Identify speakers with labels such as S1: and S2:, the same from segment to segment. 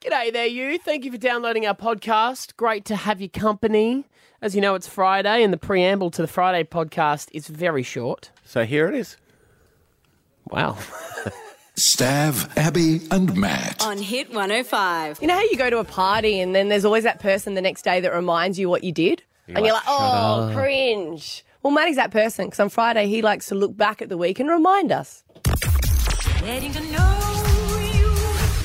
S1: G'day there, you. Thank you for downloading our podcast. Great to have your company. As you know, it's Friday, and the preamble to the Friday podcast is very short.
S2: So here it is.
S1: Wow.
S3: Stav, Abby, and Matt.
S4: On Hit 105.
S5: You know how you go to a party and then there's always that person the next day that reminds you what you did? and you're like, oh, cringe. Well, Matty's that person because on Friday he likes to look back at the week and remind us.
S4: Getting to know you.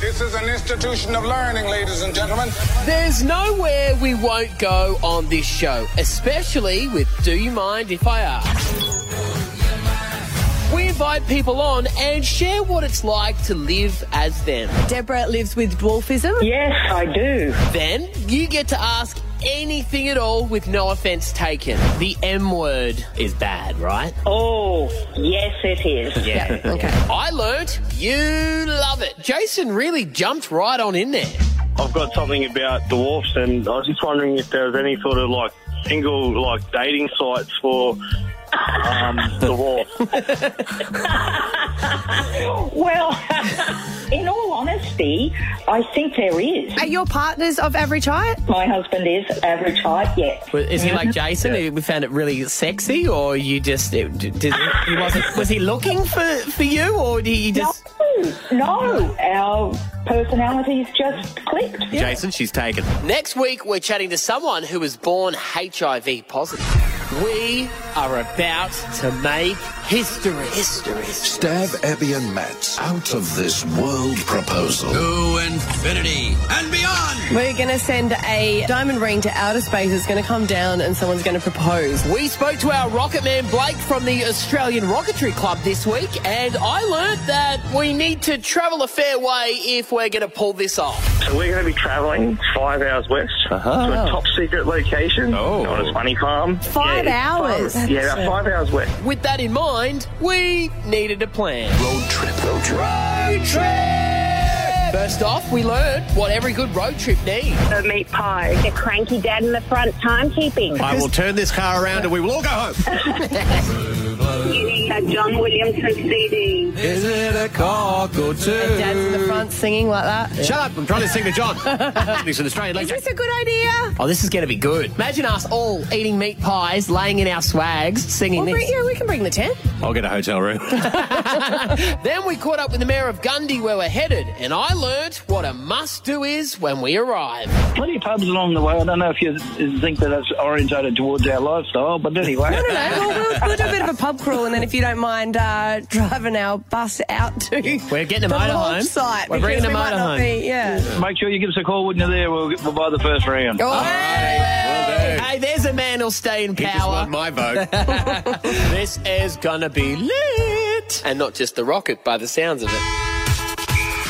S6: This is an institution of learning, ladies and gentlemen.
S1: There's nowhere we won't go on this show, especially with Do You Mind If I Ask? We invite people on and share what it's like to live as them.
S5: Deborah lives with dwarfism.
S7: Yes, I do.
S1: Then you get to ask anything at all with no offense taken. The M word is bad, right?
S7: Oh, yes, it is.
S1: Yeah. okay. I learnt you love it. Jason really jumped right on in there.
S8: I've got something about dwarfs, and I was just wondering if there was any sort of like single like dating sites for um, dwarfs.
S7: Well, in all honesty, I think there is.
S5: Are your partners of average height?
S7: My husband is average height, yes.
S1: Is he like Jason? who We found it really sexy, or you just it, did, he wasn't? Was he looking for for you, or did he just?
S7: No, our personalities just clicked.
S2: Jason, she's taken.
S1: Next week, we're chatting to someone who was born HIV positive. We are about to make history. History.
S3: Stav, Abby, and Matt's out of this world proposal.
S5: We're going to send a diamond ring to outer space. It's going to come down and someone's going to propose.
S1: We spoke to our rocket man Blake from the Australian Rocketry Club this week, and I learnt that we need to travel a fair way if we're going to pull this off.
S8: So we're going to be travelling five hours west to a top secret location
S2: Oh.
S8: known as Funny Farm.
S5: Five
S8: Yeah,
S5: hours?
S8: it's- Yeah, about five hours west.
S1: With that in mind, we needed a plan.
S3: Road trip. Road trip.
S1: Road trip! First off, we learned what every good road trip needs.
S9: a meat pie. The cranky dad in the front timekeeping.
S2: I will turn this car around and we will all go home.
S9: You need a John Williamson CD.
S2: Is it a cock or two?
S5: Dad's in the front singing like that.
S2: Shut up, I'm trying to sing to John. He's an Australian
S5: Is
S2: lady.
S5: this a good idea?
S1: Oh, this is going to be good. Imagine us all eating meat pies, laying in our swags, singing
S5: Well,
S1: this.
S5: bring, yeah, we can bring the tent.
S2: I'll get a hotel room.
S1: Then we caught up with the mayor of Gundy where we're headed, and I learnt what a must do is when we arrive.
S10: plenty of pubs along the way. I don't know if you think that it's orientated towards our lifestyle, but anyway.
S5: I don't know. We'll, we'll, we'll do a bit of a pub crawl, and then if you don't mind uh, driving our bus out to
S1: We're getting a
S5: the
S1: motorhome.
S5: launch site,
S1: We're bringing
S5: because
S1: a
S5: we might not
S1: motorhome.
S5: be- Yeah.
S10: Make sure you give us a call when you're there. We'll, we'll buy the first round.
S1: Hey, hey, there's a man who'll stay in
S2: He just
S1: power.
S2: won my vote.
S1: This is gonna be lit. And not just the rocket by the sounds of it.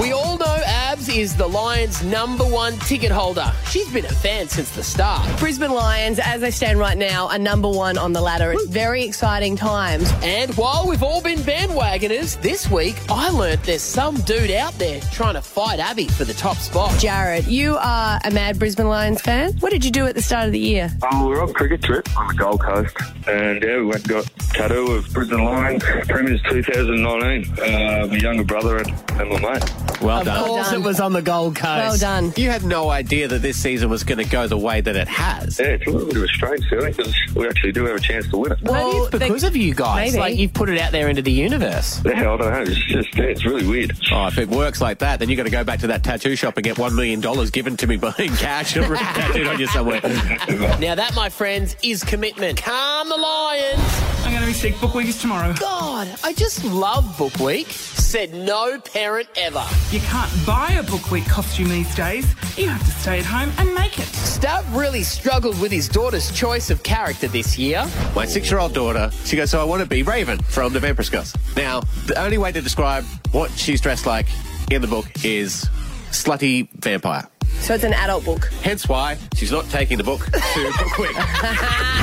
S1: We all know Abs is the Lions' number one ticket holder. She's been a fan since the start.
S5: Brisbane Lions, as they stand right now, are number one on the ladder. It's very exciting times.
S1: And while we've all been bandwagoners, this week I learnt there's some dude out there trying to fight Abby for the top spot.
S5: Jared, you are a mad Brisbane Lions fan. What did you do at the start of the year?
S8: Um, we were on a cricket trip on the Gold Coast, and yeah, we went and got tattoo of Brisbane Lions, Premiers 2019. Uh, my younger brother and, and my mate.
S2: Well
S1: Of
S2: done.
S1: course
S5: done.
S1: it was on the Gold Coast.
S5: Well done.
S2: You had no idea that this season was going to go the way that it has.
S8: Yeah, it's a little bit of a strange feeling because we actually do have a chance to win it.
S1: Maybe
S5: Well,
S1: it's because of you guys.
S5: maybe.
S1: Like you've put it out there into the universe.
S8: Yeah, I don't know. It's just, yeah, it's really weird.
S2: Oh, if it works like that, then you got to go back to that tattoo shop and get $1 million given to me by- in cash or tattooed on you somewhere.
S1: Now that, my friends, is commitment. Calm the lions.
S10: I'm going to be sick. Book week is tomorrow.
S1: God, I just love Book Week. Said no parent ever.
S10: You can't buy a book week costume these days. You have to stay at home and make it.
S1: Stav really struggled with his daughter's choice of character this year.
S2: My six year old daughter, she goes, So I want to be Raven from the Vampire Girls. Now, the only way to describe what she's dressed like in the book is slutty vampire.
S5: So it's an adult book.
S2: Hence why she's not taking the book super quick.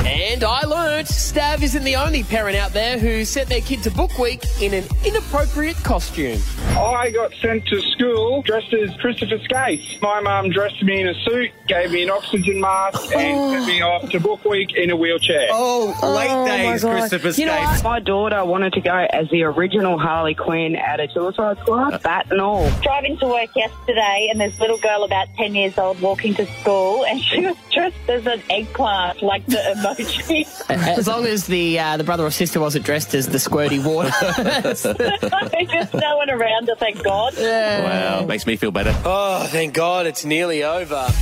S1: And I learnt Stav isn't the only parent out there who sent their kid to book week in an inappropriate costume.
S11: I got sent to school dressed as Christopher Skates. My mum dressed me in a suit, gave me an oxygen mask, and sent me off to book week in a wheelchair.
S2: Oh,
S11: late
S10: days, Christopher you know what? My daughter wanted to go as the original Harley Quinn at a suicide squad, bat and all.
S12: Driving to work yesterday, and this little girl about 10 years old walking to school, and she was dressed as an eggplant, like the emoji.
S1: As long as the uh, the brother or sister wasn't dressed as the squirty water.
S12: There's no one around her, thank God.
S2: Wow, makes me feel better.
S1: Oh, thank God it's nearly over.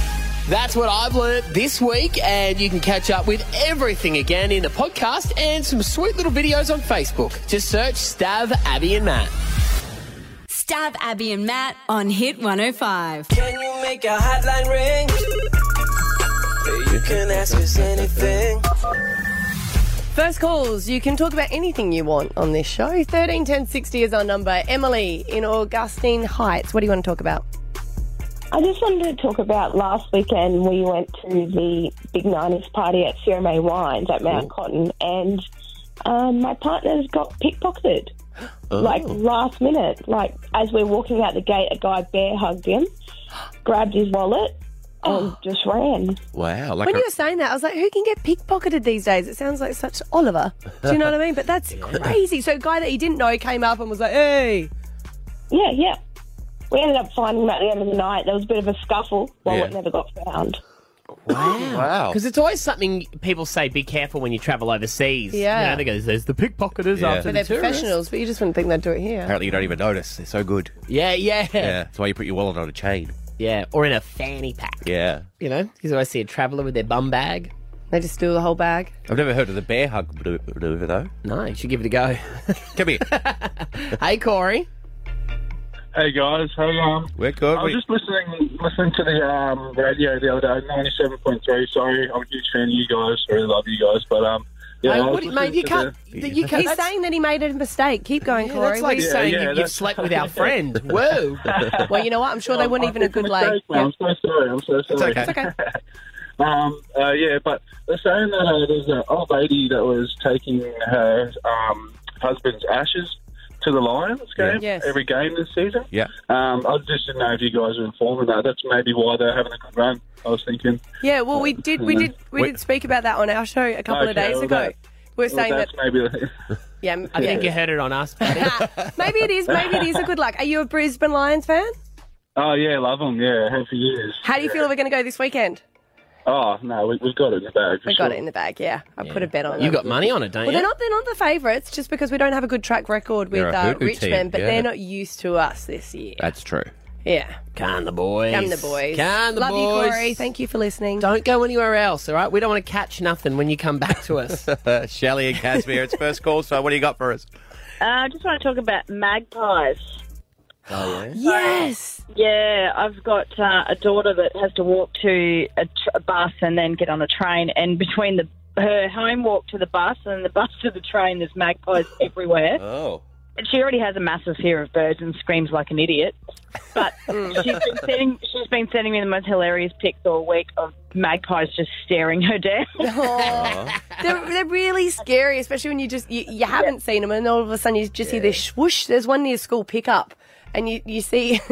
S1: That's what I've learnt this week, and you can catch up with everything again in the podcast and some sweet little videos on Facebook. Just search Stav, Abby, and Matt.
S13: Stab Abby and Matt on Hit 105.
S14: Can you make a hotline ring? You can ask us anything.
S5: First calls, you can talk about anything you want on this show. 13 10 60 is our number. Emily in Augustine Heights, what do you want to talk about?
S15: I just wanted to talk about last weekend. We went to the big 90s party at Sierra May Wines at Mount Cotton, and um, my partner's got pickpocketed. Like last minute, like as we're walking out the gate, a guy bear hugged him, grabbed his wallet,
S5: Oh.
S15: and just ran.
S2: Wow. Oh, Like
S5: when
S2: a-
S5: you were saying that, I was like, who can get pickpocketed these days? It sounds like such Oliver. Do you know what I mean? But that's crazy. So, a guy that he didn't know came up and was like, hey.
S15: Yeah, yeah. We ended up finding him at the end of the night. There was a bit of a scuffle. Wallet
S1: Yeah.
S15: never got found.
S1: Wow. Because it's always something people say be careful when you travel overseas. You
S5: Yeah.
S1: know, they go, there's the pickpocketers
S2: Yeah.
S5: But
S1: after the
S5: they're
S1: tourists.
S5: professionals, but you just wouldn't think they'd do it here.
S2: Apparently, you don't even notice. They're so good.
S1: Yeah, yeah.
S2: Yeah. That's why you put your wallet on a chain.
S1: Yeah. Or in a fanny pack.
S2: Yeah.
S1: You know, because when I see a traveller with their bum bag,
S5: they just steal the whole bag.
S2: I've never heard of the bear hug maneuver, though.
S1: No, you should give it a go.
S2: Come here.
S1: Hey, Corey.
S8: Hey guys, hey um,
S2: We're good.
S8: I was
S2: We-
S8: just listening listening to the um, radio the other day, ninety seven point three. Sorry, I'm a huge fan of you guys. Really love you guys, but um, yeah,
S5: Hey,
S8: I was
S5: what do you-
S8: listening
S5: mate, you
S8: to
S5: can't-
S8: the-
S5: that you can- He's saying that he made a mistake. Keep going, Corey.
S1: that's like
S5: What are you-
S1: saying you, you've slept with our friend. Whoa.
S5: well, you know what? I'm sure they wouldn't even a good lay.
S8: mistake, man. I'm so sorry. I'm so sorry.
S5: It's okay.
S8: um, uh, yeah, but they're saying that uh, there's an old lady that was taking her um, husband's ashes to the Lions game
S16: Yes.
S8: every game this season.
S2: Yeah.
S8: Um, I just didn't know if you guys are informed of that. That's maybe why they're having a good run. I was thinking.
S5: Yeah, well, we did, we did, we did speak about that on our show a couple of
S8: Okay,
S5: days
S8: well,
S5: ago.
S8: that-
S5: we were
S8: well,
S5: saying that,
S8: that's maybe.
S5: yeah,
S1: I
S5: yeah.
S1: think you heard it on us.
S5: maybe it is, maybe it is a good luck. Are you a Brisbane Lions fan?
S8: Oh yeah, love them. Yeah, have for years.
S5: How do you feel we're going to go this weekend?
S8: Oh no, we, we've got it in the bag. For
S5: We got
S8: sure.
S5: it in the bag. Yeah, I put a bet on.
S1: You
S5: them.
S1: got money on it, don't
S5: Well,
S1: you?
S5: they're not, they're not the favourites just because we don't have a good track record with
S1: They're a
S5: uh,
S1: hoot-hoot
S5: Richmond,
S1: team,
S5: but
S1: yeah.
S5: they're not used to us this year.
S2: That's true.
S5: Yeah.
S1: Can the boys.
S5: Come the boys.
S1: Can the
S5: Love
S1: boys.
S5: you, Corey. Thank you for listening.
S1: Don't go anywhere else, all right? We don't want to catch nothing when you come back to us.
S2: Shelley and Casimir, it's first call, so what do you got for us?
S12: Uh, I just want to talk about magpies.
S2: Oh, yeah.
S5: Yes.
S12: Yeah, I've got uh, a daughter that has to walk to a, tr- a bus and then get on a train, and between the her home walk to the bus and the bus to the train, there's magpies everywhere.
S2: Oh.
S12: And she already has a massive fear of birds and screams like an idiot. But
S7: Mm.
S12: she's been sending she's been sending me the most hilarious pics all week of magpies just staring her down.
S2: Uh-huh.
S5: they're, they're really scary, especially when you just you, you haven't seen them, and all of a sudden you just hear this swoosh. There's one near school pickup, and you you see.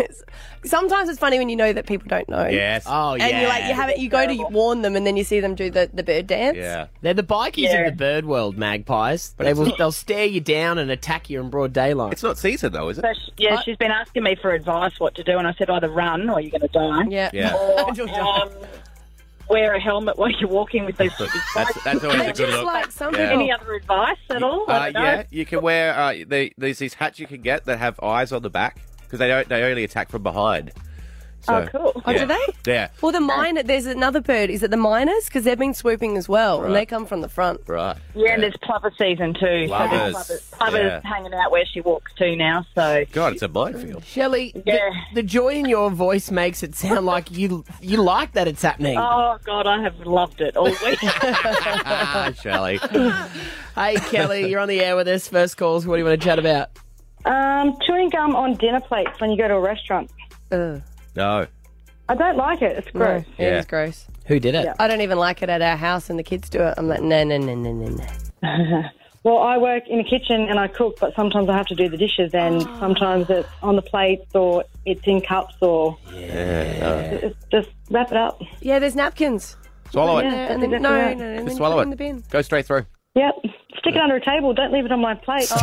S5: sometimes it's funny when you know that people don't know.
S1: Yes. Oh,
S5: And you like
S1: yeah.
S5: you haven't you go to warn them, and then you see them do the the bird dance.
S1: They're the bikies
S5: Yeah.
S1: of the bird world, magpies. they will, they'll stare you down and attack you in broad daylight. It's
S2: not season, though, is
S12: So she, yeah, she's been asking me for advice what to do, and I said either run or you're going to die.
S2: Yeah.
S12: Or um, wear a helmet while you're walking with those stupid
S2: That's, that's always a good look. Yeah.
S12: Any other advice at all? I
S2: Uh,
S12: don't know.
S2: yeah, you can wear uh, the, there's these hats you can get that have eyes on the back because they don't they only attack from behind.
S5: Oh, cool. Oh, do they?
S2: Yeah.
S5: Well, the miner. There's another bird. Is it the miners? Because they've been swooping as well, and they
S2: Right.
S5: come from the front.
S2: Right.
S12: Yeah, and there's plover season too. So there's
S2: Plovers,
S12: plovers, plovers
S2: yeah.
S12: hanging out where she walks to now. So
S2: God, it's a minefield.
S1: Shelley, the, the joy in your voice makes it sound like you you like that it's happening.
S12: Oh God, I have loved it all week.
S2: Ah, Shelley.
S1: hey, Kelly, you're on the air with us. First calls. What do you want to chat about?
S17: Um, chewing gum on dinner plates when you go to a restaurant.
S2: No.
S5: I don't like it. It's gross. It
S2: Yeah.
S5: is gross.
S2: Who did it?
S5: I don't even like it at our house, and the kids do it. I'm like, no, no, no, no, no, no.
S18: Well, I work in the kitchen and I cook, but sometimes I have to do the dishes, and
S5: Oh.
S18: sometimes it's on the plates or it's in cups or
S2: Yeah.
S18: it's just wrap it up.
S5: Yeah, there's napkins.
S2: Uh, Swallow it.
S5: Yeah, and then, no,
S18: That's exactly
S5: no, no,
S18: right.
S5: and then
S2: Just
S5: you
S2: swallow
S5: put
S2: it.
S5: in the bin.
S2: Go straight through.
S18: Yep. Stick it under a table. Don't leave it on my plate.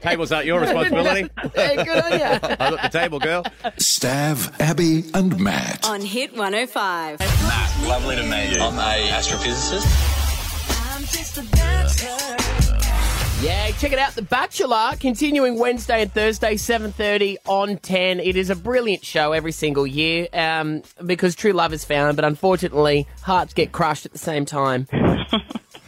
S19: Tables aren't your responsibility. I look the table, girl.
S3: Stav, Abby, and Matt.
S13: On Hit 105.
S20: Matt, lovely to meet you. I'm a astrophysicist.
S1: Yeah, check it out. The Bachelor continuing Wednesday and Thursday, seven thirty on ten. It is a brilliant show every single year um, because true love is found, but unfortunately, hearts get crushed at the same time.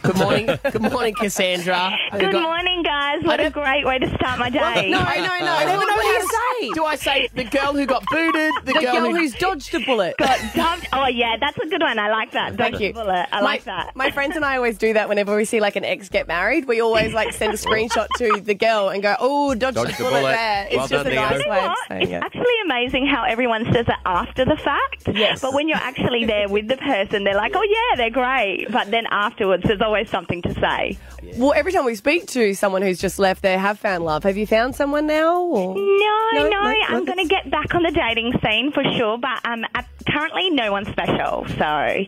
S1: Good morning, good morning, Cassandra.
S7: Good morning, guys. What a great way to start my day.
S1: No, no, no. I never know how to say. Do I say the girl who got booted? The,
S7: The girl
S1: who-
S7: who's
S5: dodged a bullet.
S7: Got dumped. Oh, yeah, that's a good one. I like that.
S5: Thank
S7: Dodge
S5: you.
S7: bullet. I
S5: my,
S7: like that.
S5: My friends and I always do that whenever we see like an ex get married. We always like send a screenshot to the girl and go, "Oh, dodge,
S7: Dodged
S5: the
S7: the
S5: bullet,
S7: bullet.
S5: there." It's
S7: Well
S5: just
S7: done,
S5: a
S7: Theo.
S5: nice
S7: You know
S5: way of
S7: what?
S5: saying it.
S7: actually amazing how everyone says it after the fact. Yes. But when you're actually there with the person, they're like, oh, yeah, they're great. But then afterwards, there's always something to say.
S5: Well, every time we speak to someone who's just left, they have found love. Have you found someone now? Or?
S7: No, no,
S5: no.
S7: I'm going to get back on the dating scene for sure. But um, at, currently, no one's special. So,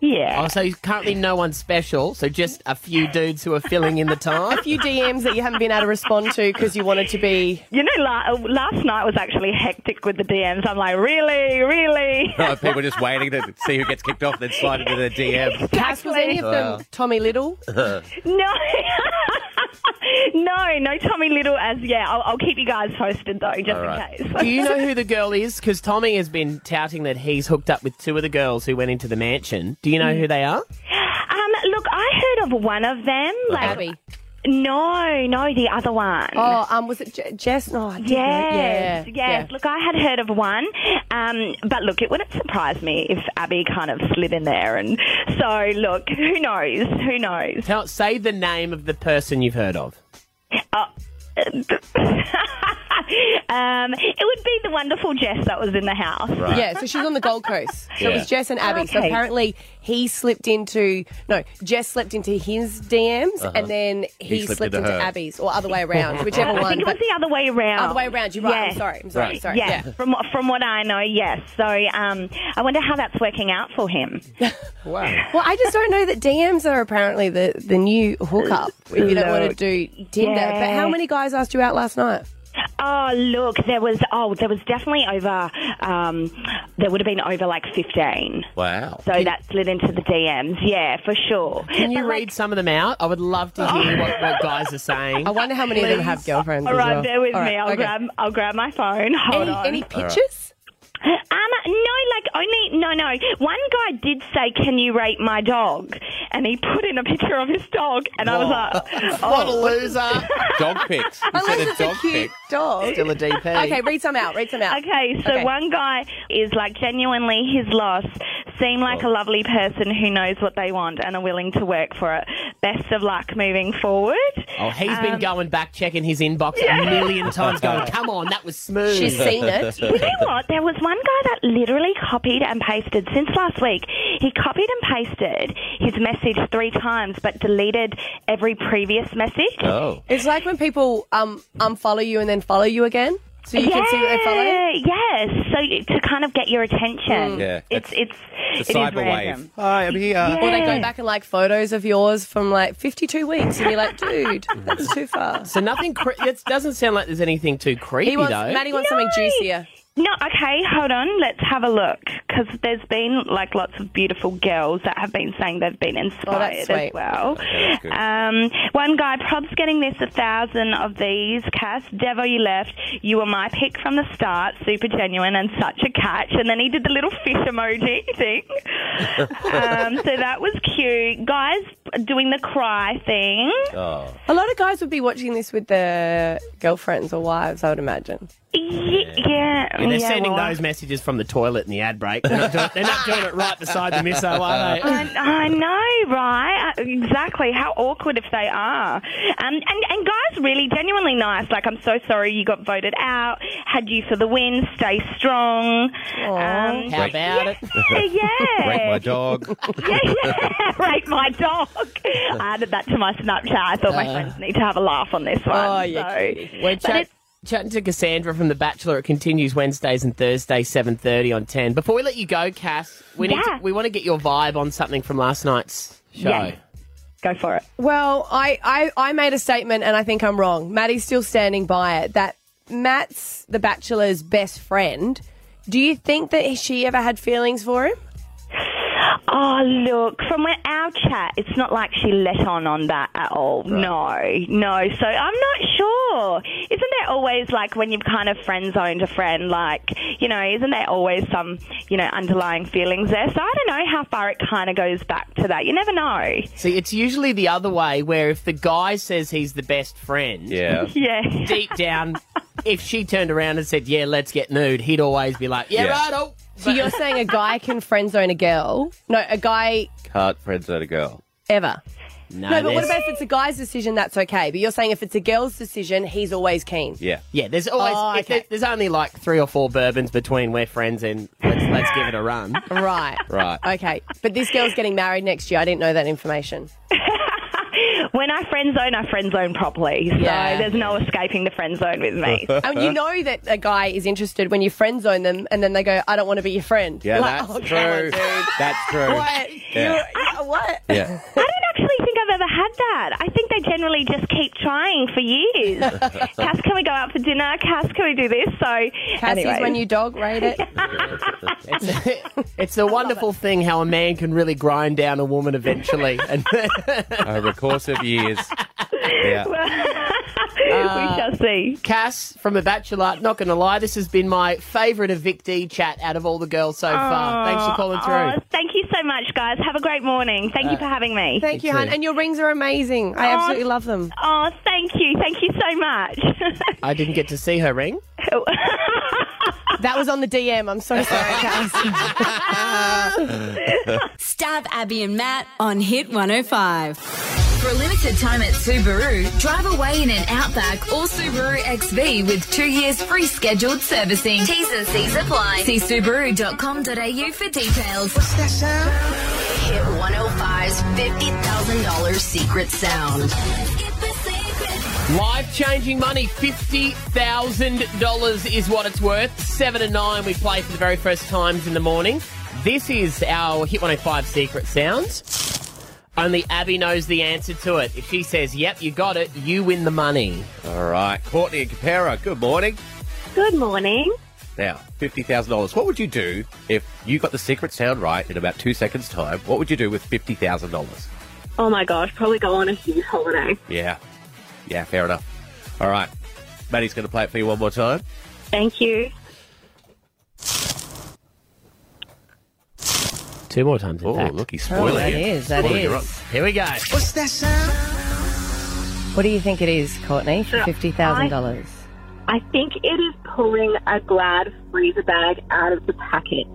S7: yeah.
S1: Oh, so he's currently no one special, so just a few dudes who are filling in the time.
S5: A few DMs that you haven't been able to respond to because you wanted to be.
S7: You know, la- uh, last night was actually hectic with the DMs. I'm like, really, really?
S19: Oh, people just waiting to see who gets kicked off, then slide into their DM.
S5: Cass, was any of them Tommy Little?
S7: No. no, no Tommy Little as, yeah, I'll, I'll keep you guys posted though, just in case.
S1: Do you know who the girl is? Because Tommy has been touting that he's hooked up with two of the girls who went into the mansion. Do you know who they are?
S7: Um, look, I heard of one of them. Like, No, no, the other one.
S5: Oh, um, was it J- Jess? No, I
S7: Yes,
S5: didn't know.
S7: yes.
S5: yeah, yeah.
S7: Look, I had heard of one, um, but look, it wouldn't surprise me if Abby kind of slid in there. And so, look, who knows? Who knows?
S1: Tell, say the name of the person you've heard of.
S7: Uh, Um, it would be the wonderful Jess that was in the house.
S5: Yeah, so she's on the Gold Coast. So it
S7: Yeah.
S5: was Jess and Abby. So
S7: Okay.
S5: apparently he slipped into no, Jess slipped into his DMs
S7: Uh-huh.
S5: and then he, slipped, into,
S7: hers.
S5: Abby's or other way around, whichever
S7: I
S5: one.
S7: think it was
S5: but-
S7: the other way around.
S5: Other way around. You're right. I'm sorry. I'm sorry. I'm sorry.
S7: Yes.
S5: Yeah.
S7: From from what I know, yes. So um, I wonder how that's working out for him.
S1: Wow.
S5: Well, I just don't know that DMs are apparently the, the new hookup if you don't want to
S7: Look,
S5: do Tinder. But how
S7: yeah.
S5: many guys asked you out last night?
S7: Oh look, there was oh there was definitely over um, there would have been over like fifteen.
S19: Wow.
S7: So that slid into the DMs, yeah, for sure.
S1: Can you read some of them out? I would love to hear what, what guys are saying. I
S5: wonder how many of them have girlfriends.
S7: All right, bear with me. I'll grab I'll grab my phone. Hold
S5: Any-
S7: on.
S5: any All right. pictures?
S7: Um, no, like only no, no. One guy did say, "Can you rate my dog?" And he put in a picture of his dog, and I was like,
S1: What a
S7: oh.
S1: loser.
S19: Dog pics. You
S7: Unless
S19: said a
S7: it's a
S19: dog
S7: cute-
S19: pic.
S5: Dog.
S1: Still a DP.
S5: Okay, read some out. Read some out.
S7: Okay, so
S5: Okay.
S7: one guy is like genuinely his loss. Seem like
S1: Oh.
S7: a lovely person who knows what they want and are willing to work for it. Best of luck moving forward.
S1: Oh, he's been
S7: Um,
S1: going back checking his inbox a million times, going, "Come on, that was smooth."
S7: She's seen it. You know what? There was one guy that literally copied and pasted since last week. He copied and pasted his message three times, but deleted every previous message.
S19: Oh.
S5: It's like when people um unfollow you and then follow you again, so you can see what they follow.
S7: Yeah, Yes, so you- to kind of get your attention.
S5: Mm. Yeah,
S7: it's it's
S5: it's
S7: it
S5: a
S7: is
S5: cyber wave.
S7: random.
S19: Hi, I'm here.
S5: Or they go back and like photos of yours from like 52 weeks, and you're like, dude, that's too far.
S1: So nothing. Cre- it doesn't sound like there's anything too creepy
S5: He wants
S1: though.
S5: Maddie wants something juicier.
S7: No, okay, hold on. Let's have a look because there's been like lots of beautiful girls that have been saying they've been inspired as
S5: sweet.
S7: well.
S5: that's good.
S7: um, one guy, prob's getting this a thousand of these. Cass, Devo, you left. You were my pick from the start. Super genuine and such a catch. And then he did the little fish emoji thing. um, so that was cute. Guys doing the cry thing.
S1: Oh.
S5: A lot of guys would be watching this with their girlfriends or wives, I would imagine.
S7: Ye- yeah.
S1: I mean, they're
S7: yeah,
S1: sending
S7: well, I-
S1: those messages from the toilet in the ad break. They're not doing, they're not doing it right beside the missile, are they?
S7: I, I know, right? Uh, Exactly. How awkward if they are. Um, and, and guys, really genuinely nice. Like, I'm so sorry you got voted out. Had you for the win. Stay strong. Um,
S1: How about it?
S7: yeah, yeah.
S2: Break my dog.
S7: Rape my dog. I added that to my Snapchat. I thought my
S1: Uh.
S7: friends need to have a laugh on this one.
S1: Oh, you're
S7: so.
S1: kidding. We're
S7: But
S1: chat-
S7: it's-
S1: chatting to Cassandra from The Bachelor. It continues Wednesdays and Thursdays, seven thirty on ten. Before we let you go, Cass, we need
S5: Yeah.
S1: to, we want to get your vibe on something from last night's show.
S5: Yes.
S7: Go for it.
S5: Well, I, I, I made a statement and I think I'm wrong. Maddie's still standing by it that Matt's the Bachelor's best friend. Do you think that she ever had feelings for him?
S7: Oh, look, from when our chat, it's not like she let on on that at all. No, no. So I'm not sure. Isn't there always, like, when you've kind of friend zoned a friend, like, you know, isn't there always some, you know, underlying feelings there? So I don't know how far it kind of goes back to that. You never know.
S1: See, it's usually the other way where if the guy says he's the best friend,
S2: Yeah.
S7: Yeah.
S1: deep down, if she turned around and said, "Yeah, let's get nude," he'd always be like, "Yeah, right." Oh.
S5: So you're saying a guy can friend zone a girl? No, a guy
S2: Can't friend zone a girl.
S5: ever. No, but what
S2: there's-
S5: about if it's a guy's decision? That's okay. But you're saying if it's a girl's decision, he's always keen.
S2: Yeah.
S1: Yeah, there's always
S5: Oh,
S1: if there- there's only like three or four bourbons between we're friends and let's let's give it a run.
S5: Right.
S1: Right.
S5: Okay. But this girl's getting married next year. I didn't know that information.
S7: When I friend zone, I friend zone properly. So
S5: Yeah.
S7: there's no escaping the friend zone with me.
S5: and you know that a guy is interested when you friend zone them and then they go, I don't want to be your friend.
S2: Yeah,
S5: Like,
S2: that's
S5: oh, come on,
S2: true.
S5: dude.
S2: that's true.
S5: What?
S2: Yeah.
S5: You're- what?
S2: Yeah.
S7: I don't actually think I've ever had that. I think they generally just keep trying for years. Cass, can we go out for dinner? Cass, can we do this? So,
S5: Cassie's
S7: anyway.
S5: when you dog rate it.
S1: It's a wonderful thing how a man can really grind down a woman eventually. And
S2: Over the course of years. Yeah.
S1: Uh,
S7: we shall see.
S1: Cass from The Bachelor, not going to lie, this has been my favourite evictee chat out of all the girls so far. Thanks for calling
S7: Oh,
S1: through. Uh,
S7: thank you so much, guys. Have a great morning. Thank you for having me.
S5: Thank you, hon. And your rings are amazing. I
S7: Oh,
S5: absolutely love them.
S7: Oh, thank you. Thank you so much.
S1: I didn't get to see her ring.
S5: That was on the DM. I'm so sorry, Cass.
S13: Stab Abby and Matt on Hit 105.
S21: For a limited time at Subaru, drive away in an Outback or Subaru XV with two years free scheduled servicing. T's and C's apply. See subaru.com.au for details. What's that sound? Hit 105's $50,000 secret sound.
S1: Life changing money, $50,000 is what it's worth. 7 and 9 we play for the very first times in the morning. This is our Hit 105 secret sounds. Only Abby knows the answer to it. If she says, yep, you got it, you win the money.
S2: All right. Courtney and Capera, good morning.
S22: Good morning.
S2: Now, fifty thousand dollars. What would you do if you got the secret sound right in about two seconds' time? What would you do with fifty thousand dollars?
S22: Oh my gosh, probably go on a huge holiday.
S2: Yeah, yeah, fair enough. All right, Maddie's going to play it for you one more time.
S22: Thank you.
S1: Two more times.
S2: Oh, look, he's spoiling
S5: Oh, that
S2: it.
S5: is, that
S2: Spoiling
S5: is.
S2: it up.
S1: Here we go.
S5: What's that sound? What do you think it is, Courtney, for
S22: So,
S5: $50,000?
S22: I think it is pulling a Glad freezer bag out of the packet.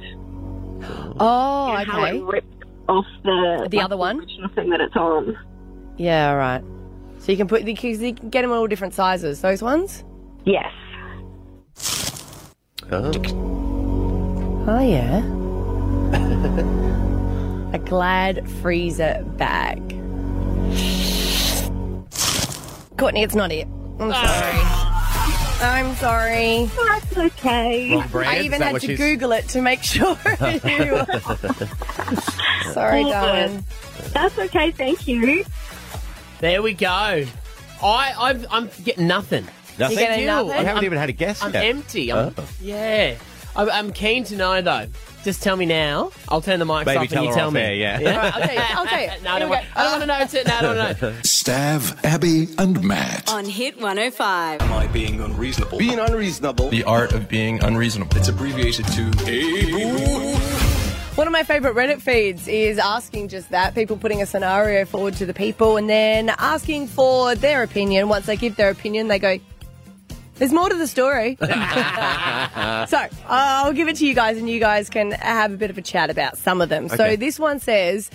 S5: Oh,
S22: and How
S5: okay.
S22: it ripped off the
S5: The other
S22: one, original thing that it's on.
S5: Yeah, right. So you can put because you can get them in all different sizes. Those ones.
S22: Yes.
S2: Oh.
S5: Oh yeah. A Glad freezer bag. Courtney, it's not it. I'm sorry. I'm sorry.
S22: That's okay.
S2: Wrong brand?
S5: I
S2: Is
S5: even
S2: that
S5: had
S2: what
S5: to
S2: she's-
S5: Google it to make sure. you... Sorry,
S22: All
S5: darling.
S22: good. That's okay. Thank you.
S1: There we go. I, I'm, I'm getting nothing.
S2: Nothing? You're getting nothing? I haven't
S1: I'm-
S2: even had a guess
S1: I'm
S2: yet.
S1: empty. I'm,
S2: Oh.
S1: Yeah. I'm, I'm keen to know, though. Just tell me now. I'll turn the mics
S2: Maybe
S1: off
S2: tell
S1: and you
S2: her
S1: tell
S2: off
S1: me.
S2: air, yeah.
S1: All right, I'll tell you.
S5: I'll tell you.
S1: No, I
S5: Here
S1: don't,
S5: we
S1: want, I don't want to know. It's, no, I don't want to know.
S3: Stav, Abby, and Matt.
S13: On Hit 105.
S20: Am I being unreasonable?
S3: Being unreasonable.
S20: The art of being unreasonable. It's abbreviated to
S5: One of my favourite Reddit feeds is asking just that people putting a scenario forward to the people and then asking for their opinion. Once they give their opinion, they go, There's more to the story. So uh, I'll give it to you guys, and you guys can have a bit of a chat about some of them.
S6: Okay.
S5: So this one says,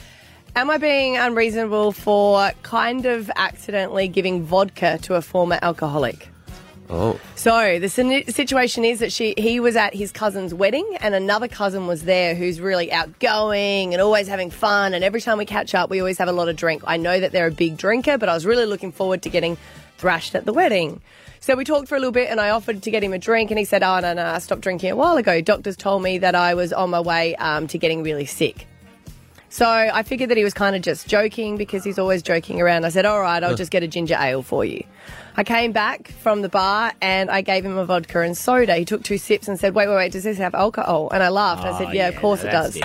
S5: "Am I being unreasonable for kind of accidentally giving vodka to a former alcoholic?"
S2: Oh.
S5: So the sin- situation is that she he was at his cousin's wedding, and another cousin was there who's really outgoing and always having fun. And every time we catch up, we always have a lot of drink. I know that they're a big drinker, but I was really looking forward to getting thrashed at the wedding. So we talked for a little bit, and I offered to get him a drink, and he said, "Oh no, no, I stopped drinking a while ago. Doctors told me that I was on my way um, to getting really sick." So I figured that he was kind of just joking because he's always joking around. I said, "All right, I'll
S6: Huh.
S5: just get a ginger ale for you." I came back from the bar and I gave him a vodka and soda. He took two sips and said, "Wait, wait, wait, does this have alcohol?" And I laughed. I
S1: Oh,
S5: said, "Yeah, of course it does."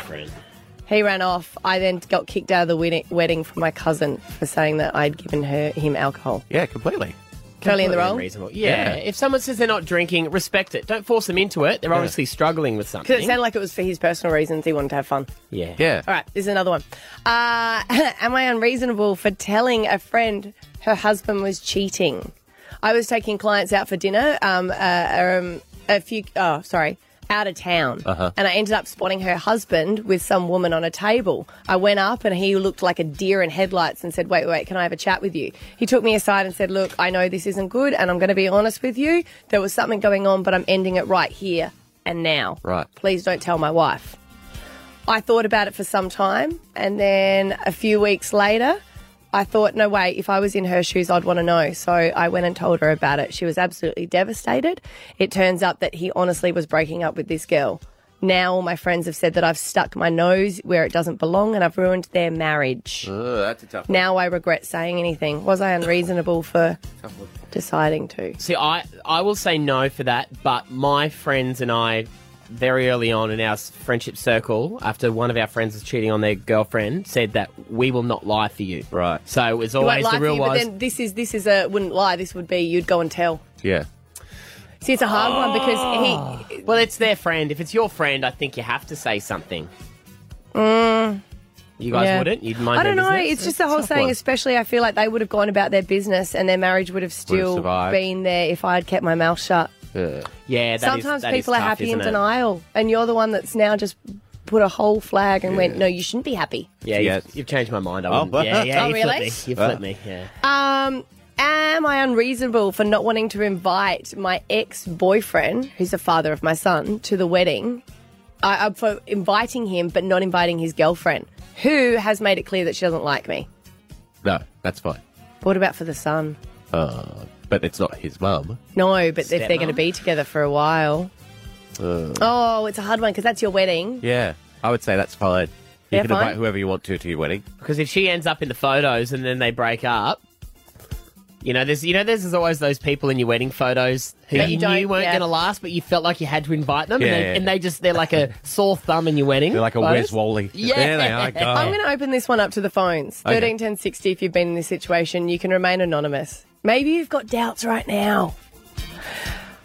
S5: He ran off. I then got kicked out of the wedi- wedding from my cousin for saying that I'd given her him alcohol.
S2: Yeah, completely.
S5: Curly in the
S1: Completely
S5: roll.
S1: unreasonable. Yeah. If someone says they're not drinking, respect it. Don't force them into it. They're
S5: Yeah.
S1: obviously struggling with
S5: Because
S1: something.
S5: it sounded like it was for his personal reasons. He wanted to have fun.
S1: yeah.
S2: Yeah.
S5: All right, there's another one. Uh, am I unreasonable for telling a friend her husband was cheating? I was taking clients out for dinner. Um, uh, um, a few. Oh, sorry. Out of town,
S6: Uh-huh.
S5: and I ended up spotting her husband with some woman on a table. I went up, and he looked like a deer in headlights, and said, "Wait, wait, can I have a chat with you?" He took me aside and said, "Look, I know this isn't good, and I'm going to be honest with you. There was something going on, but I'm ending it right here and now.
S2: Right.
S5: Please don't tell my wife." I thought about it for some time, and then a few weeks later, I thought, no way, if I was in her shoes, I'd want to know. So I went and told her about it. She was absolutely devastated. It turns out that he honestly was breaking up with this girl. Now, all my friends have said that I've stuck my nose where it doesn't belong and I've ruined their marriage.
S2: Ugh, that's a tough one.
S5: Now I regret saying anything. Was I unreasonable for deciding to?
S1: See, I I will say no for that, but my friends and I, very early on in our s- friendship circle, after one of our friends was cheating on their girlfriend, said that we will not lie for you. Right. So it was
S5: You won't
S1: always
S5: lie
S1: the
S5: for
S1: real
S5: you, but
S1: was.
S5: then this is this is a wouldn't lie. This would be you'd go and tell.
S2: Yeah.
S5: See, it's a hard one because
S1: he. Ah. Well, it's their friend. If it's your friend, I think you have to say something.
S5: he. Mm,
S1: You guys
S5: Yeah.
S1: wouldn't. You'd mind.
S5: I don't
S1: their
S5: know.
S1: business?
S5: It's just the whole
S1: tough
S5: saying,
S1: one.
S5: especially I feel like they would have gone about their business and their marriage would have still
S1: survived.
S5: been there if I had kept my mouth shut.
S2: Yeah.
S1: Yeah. that is-
S5: Sometimes
S1: that is
S5: people are
S1: tough,
S5: happy in
S1: isn't it?
S5: denial, and you're the one that's now just put a whole flag and went, no, you shouldn't be happy.
S1: Yeah, You've, you've changed my mind. I
S2: Oh,
S1: wouldn't. yeah, yeah.
S5: Oh,
S1: you
S5: really?
S1: flipped me. You
S2: Wow.
S1: flipped me. Yeah.
S5: Um, am I unreasonable for not wanting to invite my ex boyfriend, who's the father of my son, to the wedding? I, I, for inviting him, but not inviting his girlfriend, who has made it clear that she doesn't like me.
S2: No, that's fine.
S5: What about for the son?
S2: Uh, but it's not his mum.
S5: No, but if they're
S2: Stepmom?
S5: going to be together for a while.
S2: Uh,
S5: Oh, it's a hard one because that's your wedding.
S2: Yeah, I would say that's fine. You
S1: Yeah,
S2: can
S1: fine.
S2: invite whoever you want to to your wedding.
S1: Because if she ends up in the photos and then they break up, you know, there's you know, there's always those people in your wedding photos who
S5: That
S1: you
S5: you don't-
S1: knew weren't
S5: yeah.
S1: going to last, but you felt like you had to invite them,
S2: Yeah,
S1: and, they,
S2: yeah,
S1: and they just they're like a sore thumb in your wedding. They're
S2: like a Wes Wally.
S1: Yeah,
S2: There they are, God.
S5: I'm going to open this one up to the phones.
S2: Okay.
S5: Thirteen ten sixty. If you've been in this situation, you can remain anonymous. Maybe you've got doubts right now.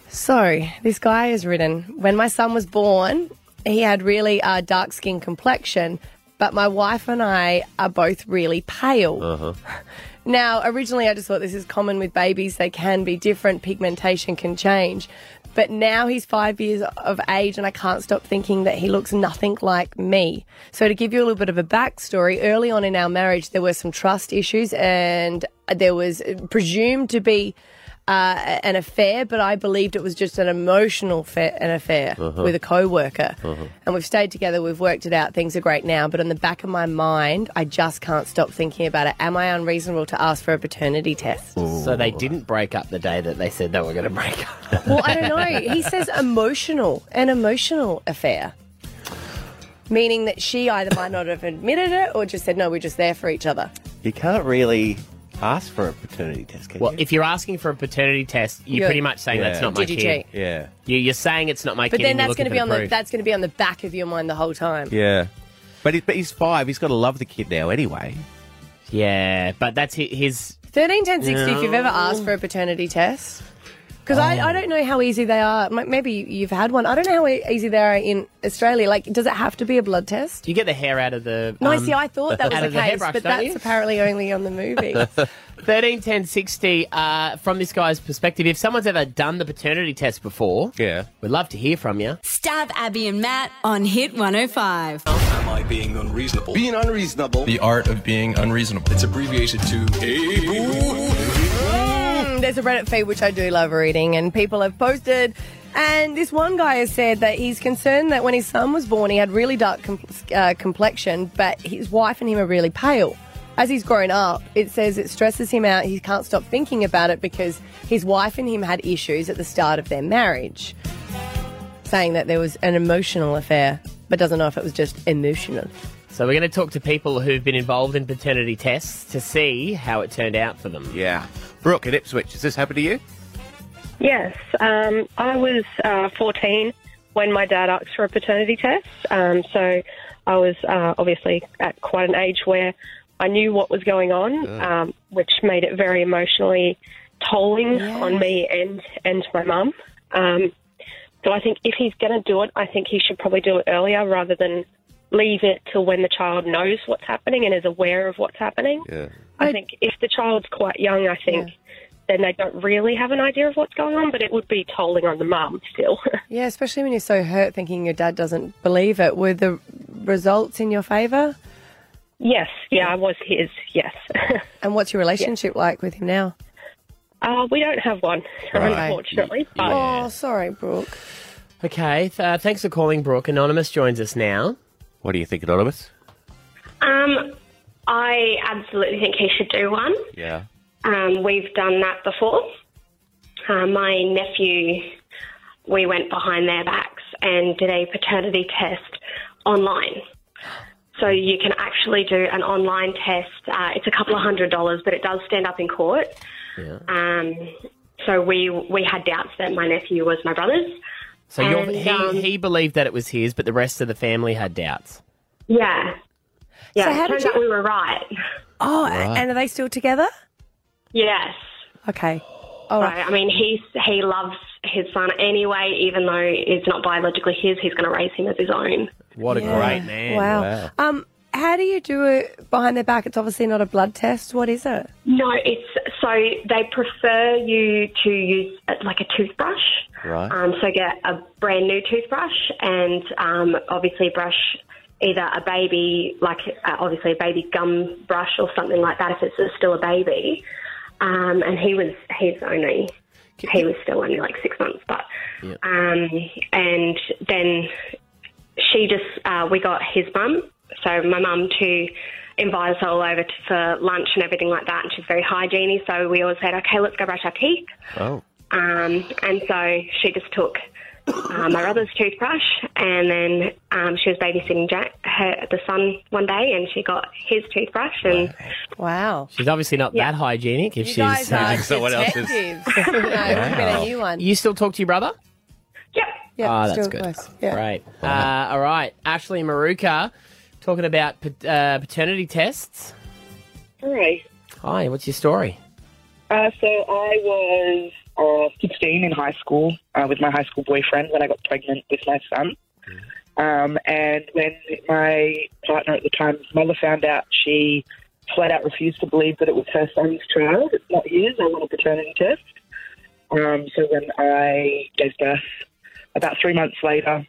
S5: So this guy has written: When my son was born, he had really uh, dark skin complexion, but my wife and I are both really pale.
S2: Uh-huh.
S5: Now, originally, I just thought this is common with babies. They can be different, pigmentation can change. But now he's five years of age, and I can't stop thinking that he looks nothing like me. So, to give you a little bit of a backstory, early on in our marriage, there were some trust issues, and there was uh, presumed to be uh, an affair, but I believed it was just an emotional fa- an affair
S6: Uh-huh.
S5: with a co worker
S6: Uh-huh.
S5: and we've stayed together, we've worked it out, things are great now, but in the back of my mind, I just can't stop thinking about it. Am I unreasonable to ask for a paternity test?
S1: So they didn't break up the day that they said they were going to break up.
S5: Well, I don't know. He says emotional, an emotional affair. Meaning that she either might not have admitted it or just said, no, we're just there for each other.
S2: You can't really ask for a paternity test, can
S1: Well, if you're asking for a paternity test, you're
S5: You're-
S1: pretty much saying that's not my
S5: Did you
S1: kid.
S5: cheat?
S2: Yeah.
S1: You, you're saying it's not my
S5: But
S1: kid.
S5: then
S1: and you're
S5: that's going to
S1: looking
S5: be
S1: for
S5: on the
S1: proof.
S5: that's going to be on the back of your mind the whole time.
S2: Yeah. But, he, but he's five. He's got to love the kid now anyway.
S1: Yeah, but that's his.
S5: Thirteen ten sixty. If you've ever
S1: No.
S5: asked for a paternity test, Because I,
S6: Oh.
S5: I don't know how easy they are. M- Maybe you- you've had one. I don't know how e- easy they are in Australia. Like, does it have to be a blood test?
S6: You get the hair out of the.
S5: No, I
S6: um,
S5: see. I thought that was
S6: out
S5: the
S6: of the
S5: case,
S6: hairbrush,
S5: but
S6: don't
S5: that's
S6: you?
S5: apparently only on the movie.
S6: 13, 10, 60, uh, from this guy's perspective, if someone's ever done the paternity test before, yeah, we'd love to hear from you.
S13: Stab Abby and Matt on Hit 105.
S20: Am I being unreasonable? Being unreasonable. The art of being unreasonable. It's abbreviated to
S5: Mm, there's a Reddit feed which I do love reading, and people have posted. And this one guy has said that he's concerned that when his son was born, he had really dark com- uh, complexion, but his wife and him are really pale. As he's grown up, it says it stresses him out. He can't stop thinking about it because his wife and him had issues at the start of their marriage, saying that there was an emotional affair, but doesn't know if it was just emotional.
S6: So we're going to talk to people who've been involved in paternity tests to see how it turned out for them.
S2: Yeah. Brooke in Ipswich, has this happened to you?
S15: Yes, um, I was uh, 14 when my dad asked for a paternity test. Um, so I was uh, obviously at quite an age where I knew what was going on,
S10: Yeah.
S15: um, which made it very emotionally tolling on me and and my mum. Um, so I think if he's going to do it, I think he should probably do it earlier rather than leave it till when the child knows what's happening and is aware of what's happening.
S2: Yeah.
S15: I think if the child's quite young, I think then they don't really have an idea of what's going on, but it would be tolling on the mum still.
S5: Yeah, especially when you're so hurt thinking your dad doesn't believe it. Were the results in your favour?
S15: yes, yeah, I was his, yes.
S5: And what's your relationship like with him now?
S15: Uh, we don't have one,
S6: Right.
S15: unfortunately. But
S5: Oh, sorry, Brooke.
S6: Okay, th- uh, thanks for calling, Brooke. Anonymous joins us now.
S2: What do you think, Anonymous?
S23: Um, I absolutely think he should do one.
S2: Yeah.
S23: Um, we've done that before. Uh, my nephew, we went behind their backs and did a paternity test online. So you can actually do an online test. Uh, it's a couple of hundred dollars, but it does stand up in court. Um, so we we had doubts that my nephew was my brother's.
S6: So you're,
S23: And,
S6: he,
S23: um,
S6: he believed that it was his, but the rest of the family had doubts.
S23: Yeah. Yeah.
S5: So how
S23: it
S5: did
S23: turns out we were right.
S5: Oh,
S6: Right.
S5: and are they still together?
S23: Yes.
S5: Okay.
S23: All right. I mean, he's he loves his son anyway, even though it's not biologically his. He's going to raise him as his own.
S6: What a
S23: Yeah.
S6: great man.
S5: wow. Um, how do you do it behind their back? It's obviously not a blood test. What is it?
S23: No, it's so they prefer you to use uh, like a toothbrush. Right. Um, so get a brand new toothbrush and um, obviously brush either a baby, like uh, obviously a baby gum brush or something like that if it's still a baby. Um, and he was he's only he was still only like six months, but um, and then she just uh, we got his mum, so my mum to invite us all over to, for lunch and everything like that. And she's very hygienic, so we all said, okay, let's go brush our teeth.
S2: Oh.
S23: Um, and so she just took uh, my brother's toothbrush, and then um, she was babysitting Jack, her, the son, one day, and she got his toothbrush. And
S5: wow,
S6: She's obviously not that hygienic if she's uh, someone else's.
S5: no,
S6: Wow.
S5: been a new one.
S6: You still talk to your brother?
S5: Yep,
S6: Ah, that's
S5: still
S6: good.
S5: close. Yeah.
S6: Great. Uh, all right. Ashley Maruka talking about pat- uh, paternity tests.
S10: Hi.
S6: Hi, what's your story?
S10: Uh, so I was uh, 16 in high school uh, with my high school boyfriend when I got pregnant with my son. Um, and when my partner at the time's mother found out, she flat out refused to believe that it was her son's child. It's not his. I want a paternity test. Um, so when I gave birth, about three months later,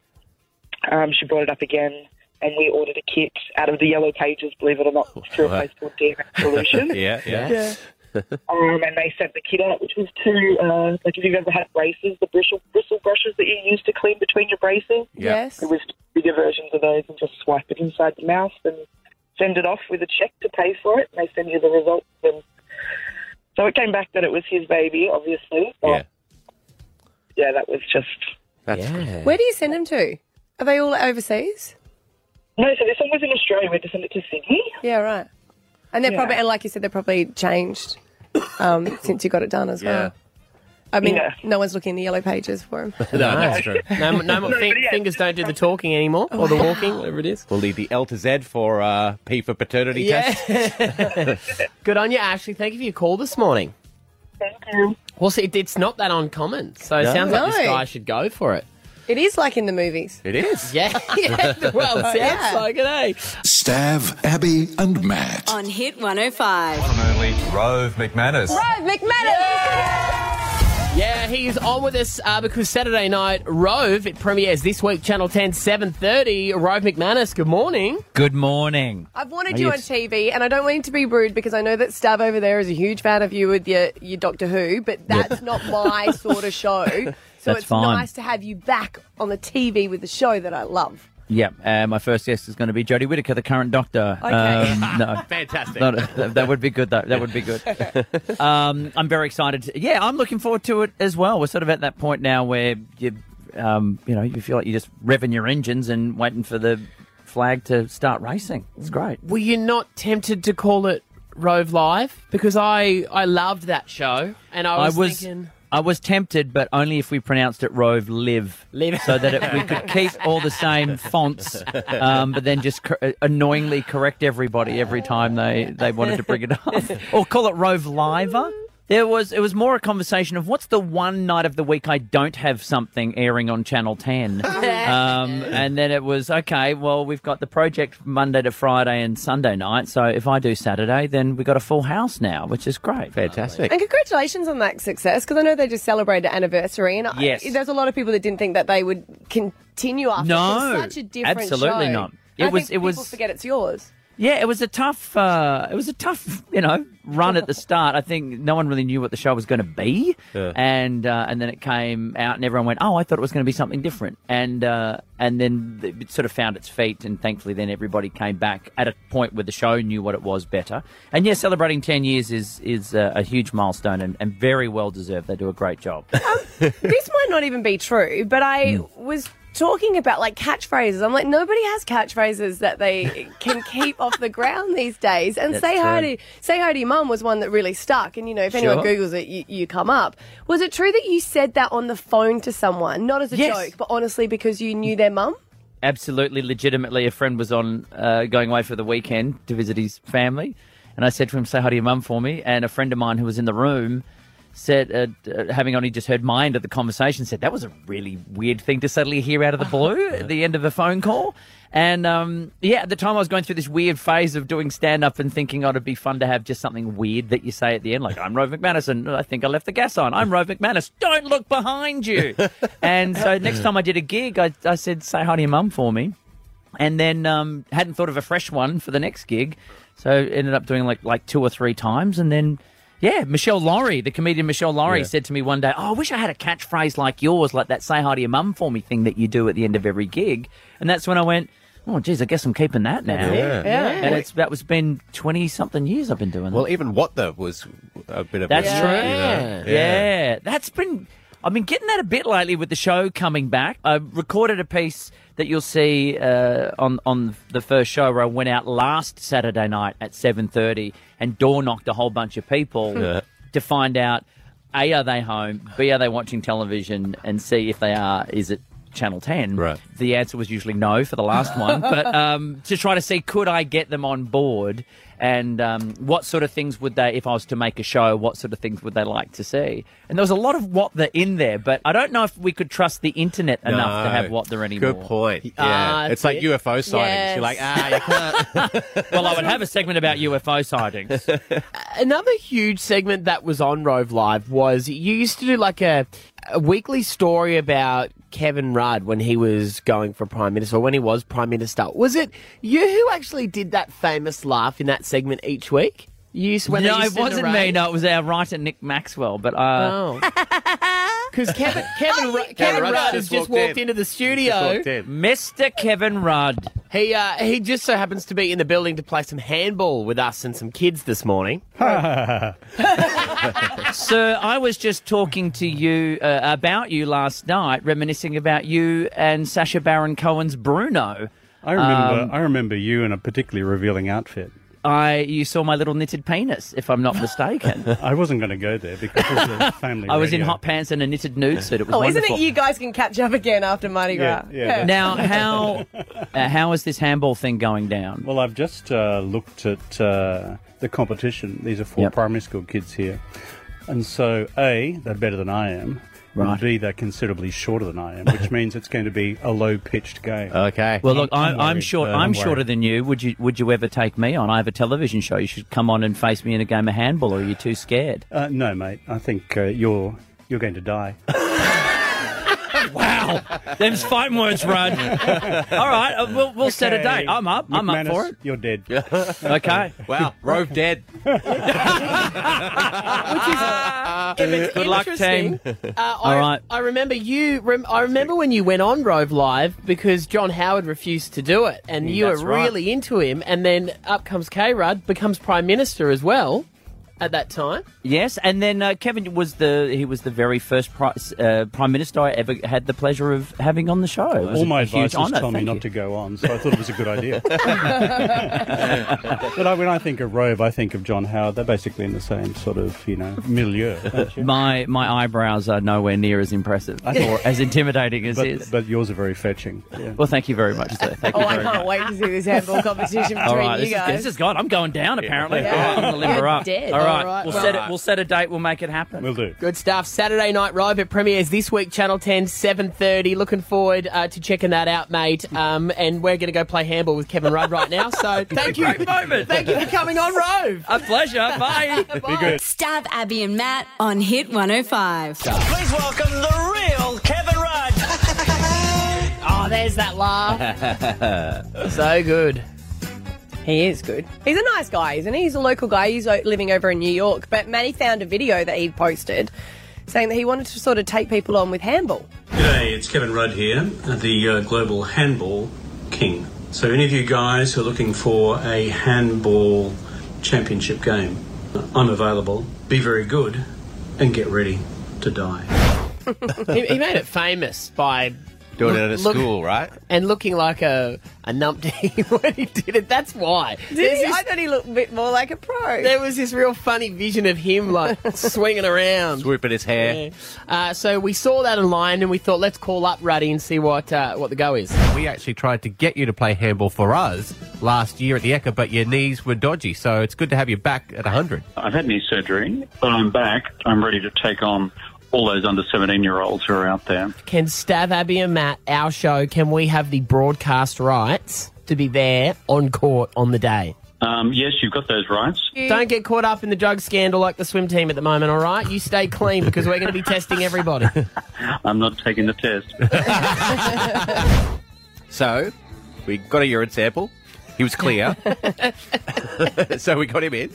S10: um, she brought it up again. And we ordered a kit out of the yellow pages, believe it or not, through a place called DNA Solution.
S2: yeah, yeah.
S10: Yeah. um, and they sent the kid out, which was to uh, like if you've ever had braces, the bristle bristle brushes that you use to clean between your braces.
S2: Yeah. Yes.
S10: it was bigger versions of those, and just swipe it inside the mouth and send it off with a check to pay for it, and they send you the results. And so it came back that it was his baby, obviously. But yeah, that was just.
S2: That's
S5: Where do you send them to? Are they all overseas?
S10: No, so this one was in Australia. We had to send it to Sydney.
S5: Yeah, right. And they're
S10: Yeah.
S5: probably, and like you said, they're probably changed um, since you got it done as
S6: Yeah.
S5: well. I mean,
S6: Yeah.
S5: no one's looking in the yellow pages for him.
S6: No, that's true. No, no, more fin- fingers don't do the talking anymore
S2: Oh,
S6: or the walking, whatever it is.
S2: We'll leave the L to Z for uh, P for paternity
S6: Yeah.
S2: test.
S6: Good on you, Ashley. Thank you for your call this morning.
S10: Thank you.
S6: Well, see, it- it's not that uncommon. So it
S5: No.
S6: sounds like this
S5: No.
S6: guy should go for it.
S5: It is like in the movies.
S6: It is. Yeah. yeah. Well, it sounds
S5: Yeah.
S6: like it, eh?
S3: Stav, Abby, and Matt.
S13: On Hit 105.
S20: Only Rove McManus.
S13: Rove
S6: Yeah, he's on with us uh, because Saturday night, Rove, it premieres this week, Channel 10, 7.30. Rove McManus, good morning.
S24: Good morning.
S5: I've wanted
S6: Are
S5: you
S6: you
S5: on
S6: ex-
S5: TV, and I don't mean to be rude because I know that Stav over there is a huge fan of you with your, your Doctor Who, but that's not my sort of show. So
S24: That's
S5: it's
S24: fine.
S5: nice to have you back on the TV with the show that I love.
S24: Yeah, uh, my first guest is going to be Jodie Whittaker, the current doctor. Um,
S5: Okay.
S24: no.
S6: Fantastic.
S24: No, no, that, that would be good, though. That would be good. Um, I'm very excited. Yeah, I'm looking forward to it as well. We're sort of at that point now where you, um, you know, you feel like you're just revving your engines and waiting for the flag to start racing. It's great.
S6: Were you not tempted to call it Rove Live? Because I, I loved that show, and I was, thinking...
S24: I was tempted, but only if we pronounced it Rove Live,
S6: Live.
S24: so that it, we could keep all the same fonts, um, but then just cor- annoyingly correct everybody every time they, they wanted to bring it up, or call it Rove Liver. There was it was more a conversation of what's the one night of the week I don't have something airing on Channel Ten, um, and then it was okay. Well, we've got the project Monday to Friday and Sunday night, so if I do Saturday, then we've got a full house now, which is great, fantastic.
S5: And congratulations on that success because I know they just celebrated an anniversary, and I-
S24: Yes.
S5: there's a lot of people that didn't think that they would continue after.
S24: No,
S5: it's such a different
S24: absolutely
S5: show.
S24: not.
S5: And
S24: It
S5: I
S24: was-
S5: think
S24: it was-
S5: people forget it's yours.
S24: Yeah, it was a tough. Uh, it was a tough, you know, run at the start. I think no one really knew what the show was going to be, and uh, and then it came out, and everyone went, "Oh, I thought it was going to be something different," and uh, and then th- it sort of found its feet, and thankfully, then everybody came back at a point where the show knew what it was better. And yeah, celebrating ten years is is a, a huge milestone and, and very well deserved. They do a great job.
S5: this might not even be true, but I
S24: Hmm.
S5: was talking about like catchphrases. I'm like, nobody has catchphrases that they can keep off the ground these days. And
S8: That's
S5: say hi
S8: true.
S5: to say hi to your mum was one that really stuck. And you know, if anyone
S8: Sure.
S5: googles it, you, you come up. Was it true that you said that on the phone to someone, not as a
S24: Yes.
S5: joke, but honestly because you knew their mum?
S24: absolutely legitimately a friend was on uh, going away for the weekend to visit his family and i said to him say hi to your mum for me and a friend of mine who was in the room said uh, uh, having only just heard my end of the conversation said that was a really weird thing to suddenly hear out of the blue at the end of a phone call and um, yeah at the time i was going through this weird phase of doing stand-up and thinking oh, it'd be fun to have just something weird that you say at the end like i'm rove mcmanus and i think i left the gas on i'm rove mcmanus don't look behind you and so next time I did a gig, I, I said, say hi to your mum for me. And then um, hadn't thought of a fresh one for the next gig. So ended up doing like, like two or three times. And then, yeah, Michelle Laurie, the comedian Michelle Laurie,
S25: Yeah.
S24: said to me one day, Oh, I wish I had a catchphrase like yours, like that say hi to your mum for me thing that you do at the end of every gig. And that's when I went, Oh, geez, I guess I'm keeping that now.
S2: Yeah. Yeah.
S24: And it's that was been 20 something years I've been doing that.
S2: Well, even what the was a bit of
S24: That's
S2: a,
S24: true.
S2: you know,
S24: Yeah. That's been. I've been getting that a bit lately with the show coming back. I recorded a piece that you'll see uh, on on the first show where I went out last Saturday night at seven thirty and door knocked a whole bunch of people
S2: Yeah.
S24: to find out a are they home, b are they watching television, and c if they are is it Channel Ten. Right. The answer was usually no for the last one, but um, to try to see could I get them on board and um, what sort of things would they, if I was to make a show, what sort of things would they like to see? And there was a lot of what the in there, but I don't know if we could trust the internet enough to
S2: No.
S24: have what there anymore.
S2: Good point. Yeah. it's like UFO sightings.
S24: Yes.
S2: You're like, ah, you can't.
S24: well, I would have a segment about UFO sightings.
S6: Another huge segment that was on Rove Live was you used to do like a, a weekly story about Kevin Rudd when he was going for Prime Minister or when he was Prime Minister. Was it you who actually did that famous laugh in that segment each week? You used, when they
S24: no,
S6: used
S24: it
S6: to
S24: wasn't
S6: narrate-
S24: me. No, it was our writer Nick Maxwell. But
S6: Oh.
S24: uh,
S6: Because Kevin Kevin Ru- Kevin Rudd has just walked, into the studio.
S24: Mr. Kevin Rudd.
S6: He uh, he just so happens to be in the building to play some handball with us and some kids this morning.
S24: Sir, I was just talking to you uh, about you last night, reminiscing about you and Sasha Baron Cohen's Bruno.
S26: I remember.
S24: Um,
S26: I remember you in a particularly revealing outfit.
S24: I you saw my little knitted penis, if I'm not mistaken.
S26: I wasn't going to go there because it was a family.
S24: I was in
S26: radio.
S24: hot pants and a knitted nude suit. It was
S5: Oh,
S24: wonderful.
S5: isn't it? You guys can catch up again after Mardi Gras.
S24: Now, how uh, how is this handball thing going down?
S26: Well, I've just uh, looked at uh, the competition. These are four primary school kids here. And so, A, they're better than I am. Right. B, they're considerably shorter than I am, which means it's going to be a low pitched game. Uh,
S2: Okay.
S24: Well, look, I'm, I'm
S26: worried,
S24: short.
S26: though,
S24: I'm
S26: worried.
S24: shorter than you. Would you Would you ever take me on? I have a television show. You should come on and face me in a game of handball. Or are you too scared?
S26: Uh, no, mate. I think uh, you're you're going to die.
S24: Them's fighting words, Rod. All right, uh, we'll, we'll set a date. I'm up. I'm up for it.
S26: You're dead.
S24: Okay.
S2: Wow. Rove dead.
S24: Good luck, team.
S1: Uh, I,
S24: All right.
S1: Uh, I remember you. Rem- I remember when you went on Rove Live because John Howard refused to do it, and
S27: Mm,
S1: you were
S27: that's right.
S1: really into him. And then up comes K Rudd, becomes Prime Minister as well at that time.
S24: Yes, and then uh, Kevin was the he was the very first pri- uh, prime minister I ever had the pleasure of having on the show. It was
S26: All
S24: a
S26: my
S24: huge
S26: advisors
S24: honour.
S26: tell me
S24: Thank
S26: not
S24: you.
S26: to go on, so I thought it was a good idea. but I, when I think of Rove, I think of John Howard. They're basically in the same sort of, you know, milieu. don't you?
S24: my my eyebrows are nowhere near as impressive or as intimidating as
S26: but,
S24: his.
S26: But yours are very fetching. Yeah.
S24: Well, thank you very much, sir. Thank
S5: Oh,
S24: you
S5: I
S24: very much.
S5: can't wait to see this handball competition between
S24: All right,
S5: you
S24: this is,
S5: guys.
S24: this is good. I'm going down apparently.
S5: Yeah.
S24: All right, I'm gonna limber
S5: You're
S24: up.
S5: dead.
S24: All right,
S5: All right,
S24: we'll
S5: well-
S24: set it. We'll set a date. We'll make it happen. We'll
S26: do.
S1: Good stuff. Saturday Night Live it premieres this week, Channel 10, 7.30. Looking forward uh, to checking that out, mate. Um, and we're going to go play handball with Kevin Rudd right now. So thank you.
S24: Great moment.
S1: Thank you for coming on Rove.
S24: A pleasure. Bye.
S13: Stab Abby and Matt on Hit 105.
S8: Please welcome the real Kevin Rudd.
S1: oh, there's that laugh.
S5: so good. He is good. He's a nice guy, isn't he? He's a local guy. He's o- living over in New York. But Maddie found a video that he posted saying that he wanted to sort of take people on with handball.
S28: G'day, it's Kevin Rudd here, the uh, Global Handball King. So, any of you guys who are looking for a handball championship game, I'm available. Be very good and get ready to die.
S1: he, he made it famous by
S28: Doing it
S1: look-
S28: at a
S1: look-
S28: school,
S1: right? And looking like a a numpty when he did it. That's why.
S5: Did
S1: There's
S5: he?
S1: this-
S5: I thought he looked a bit more like a pro.
S1: there was this real funny vision of him like swinging around,
S2: swooping his hair.
S1: Uh, so we saw that online and we thought, let's call up Ruddy and see what uh, what the go is.
S2: We actually tried to get you to play handball for us last year at the Echo, but your knees were dodgy, so it's good to have you back at 100.
S29: I've had knee surgery, but I'm back. I'm ready to take on all those under 17 year olds who are out there.
S1: Can Stav, Abby, and Matt, our show, can we have the broadcast rights to be there on court on the day?
S29: Um, yes, you've got those rights.
S1: Don't get caught up in the drug scandal like the swim team at the moment, all right? You stay clean because we're going to be testing everybody.
S29: I'm not taking the test.
S2: So we got a urine sample. He was clear. so we got him in.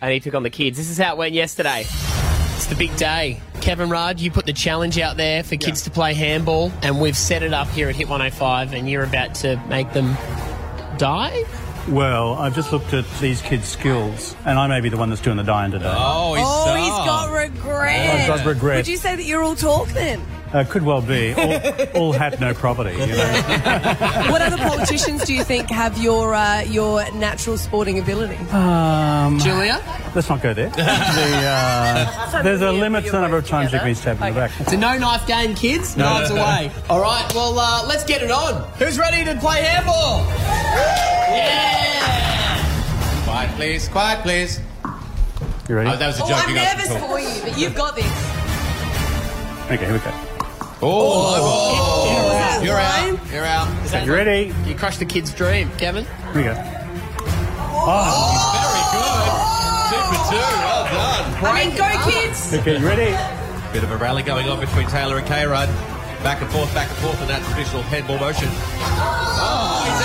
S1: and he took on the kids. This is how it went yesterday. It's the big day. Kevin Rudd, you put the challenge out there for kids to play handball, and we've set it up here at Hit 105, and you're about to make them die?
S26: Well, I've just looked at these kids' skills, and I may be the one that's doing the dying today.
S5: oh, he's got regret.
S26: I've got regret.
S5: Would you say that you're all talk then?
S26: Uh, could well be. All, all hat, no property. You know?
S5: what other politicians do you think have your uh, your natural sporting ability?
S26: Um,
S5: Julia?
S26: Let's not go there. The, uh, there's a limit to the number of times you can be stabbed in the back.
S1: It's a no knife game, kids.
S26: No.
S1: Knives away. All right, well, uh, let's get it on. Who's ready to play handball?
S2: Quiet, please. Quiet, please.
S26: You ready?
S2: Oh, that was a
S5: Oh,
S2: joke.
S5: I'm
S2: You guys can
S5: nervous
S2: talk.
S5: for you, but you've got this.
S26: Okay, here we go.
S2: oh,
S1: Oh,
S26: You're out.
S1: out. You're out. Is that
S26: You ready?
S1: You crushed the kid's dream, Kevin.
S26: Here we go.
S2: Super two. Well done.
S5: I mean, go kids.
S26: Okay, you ready?
S2: Bit of a rally going on between Taylor and K Rudd. Back and forth, back and forth in that traditional handball motion.
S1: He's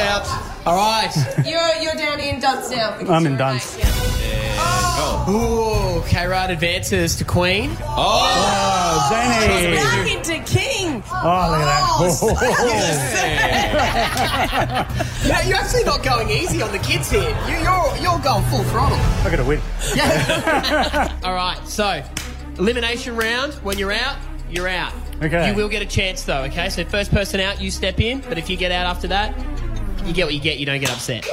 S1: out. All right.
S5: You're you're down in dunce now. because
S26: I'm
S5: you're
S26: in
S5: a
S26: dunce.
S5: mate, yeah.
S1: Ooh, K Rod advances to Queen.
S26: Oh, Danny.
S5: She's back into king.
S26: Oh, look at that.
S1: Yeah, you're actually not going easy on the kids here. You, you're you're going full throttle.
S26: I gotta win.
S1: All right, so elimination round. When you're out, you're out.
S26: Okay.
S1: You will get a chance though. Okay, so first person out, you step in. But if you get out after that, you get what you get. You don't get upset.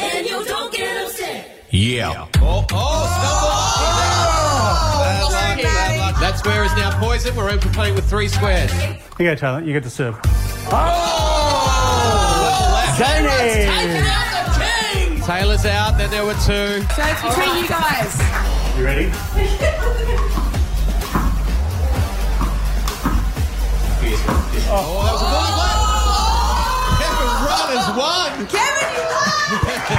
S8: And you don't get upset.
S2: Yeah. Oh, oh,
S8: Oh,
S2: snowball. Bad luck, bad luck. That square is now poison. We're open playing with three squares.
S26: Here you go, Taylor. You get to serve.
S2: Oh!
S26: Danny.
S8: Taking out the kings.
S30: Taylor's out, then there were two.
S31: So it's between you guys.
S30: You ready?
S8: Oh, that was a good one. Kevin Rudd has won. Kevin, you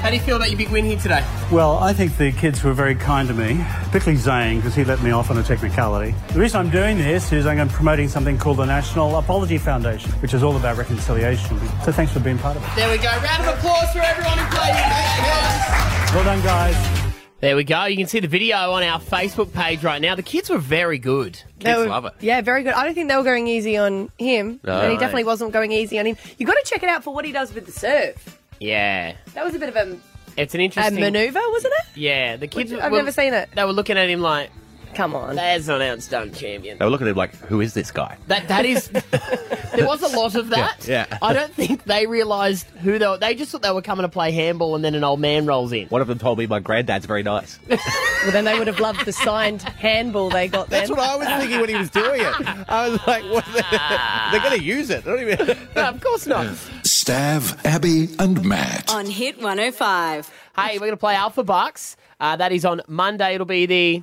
S32: How do you feel about your big win here today?
S26: Well, I think the kids were very kind to me, particularly Zane, because he let me off on a technicality. The reason I'm doing this is I'm promoting something called the National Apology Foundation, which is all about reconciliation. So thanks for being part of it.
S32: There we go. Round of applause for everyone who played.
S26: Well done, guys.
S1: There we go. You can see the video on our Facebook page right now. The kids were very good. Kids
S5: They were- Yeah, very good. I don't think they were going easy on him,
S1: No.
S5: and he definitely wasn't going easy on him. You got to check it out for what he does with the serve.
S1: Yeah.
S5: That was a bit of a,
S1: It's an
S5: a
S1: interesting
S5: maneuver, wasn't it?
S1: Yeah, the kids.
S5: I've
S1: were-
S5: never seen it.
S1: They were looking at him like,
S5: "Come on,
S1: that's not outstone champion."
S2: They were looking at him like, who is this guy?
S1: That that is. there was a lot of that.
S2: Yeah, yeah.
S1: I don't think they realised who they were. They just thought they were coming to play handball, and then an old man rolls in.
S2: One of them told me my granddad's very nice.
S5: Well, then they would have loved the signed handball they got. Then.
S2: That's what I was thinking when he was doing it. I was like, what the- they're going to use it. I don't even.
S1: of course not.
S33: Stav, Abby, and Matt.
S1: On Hit 105. Hey, we're going to play Alpha Bucks. Uh, that is on Monday. It'll be the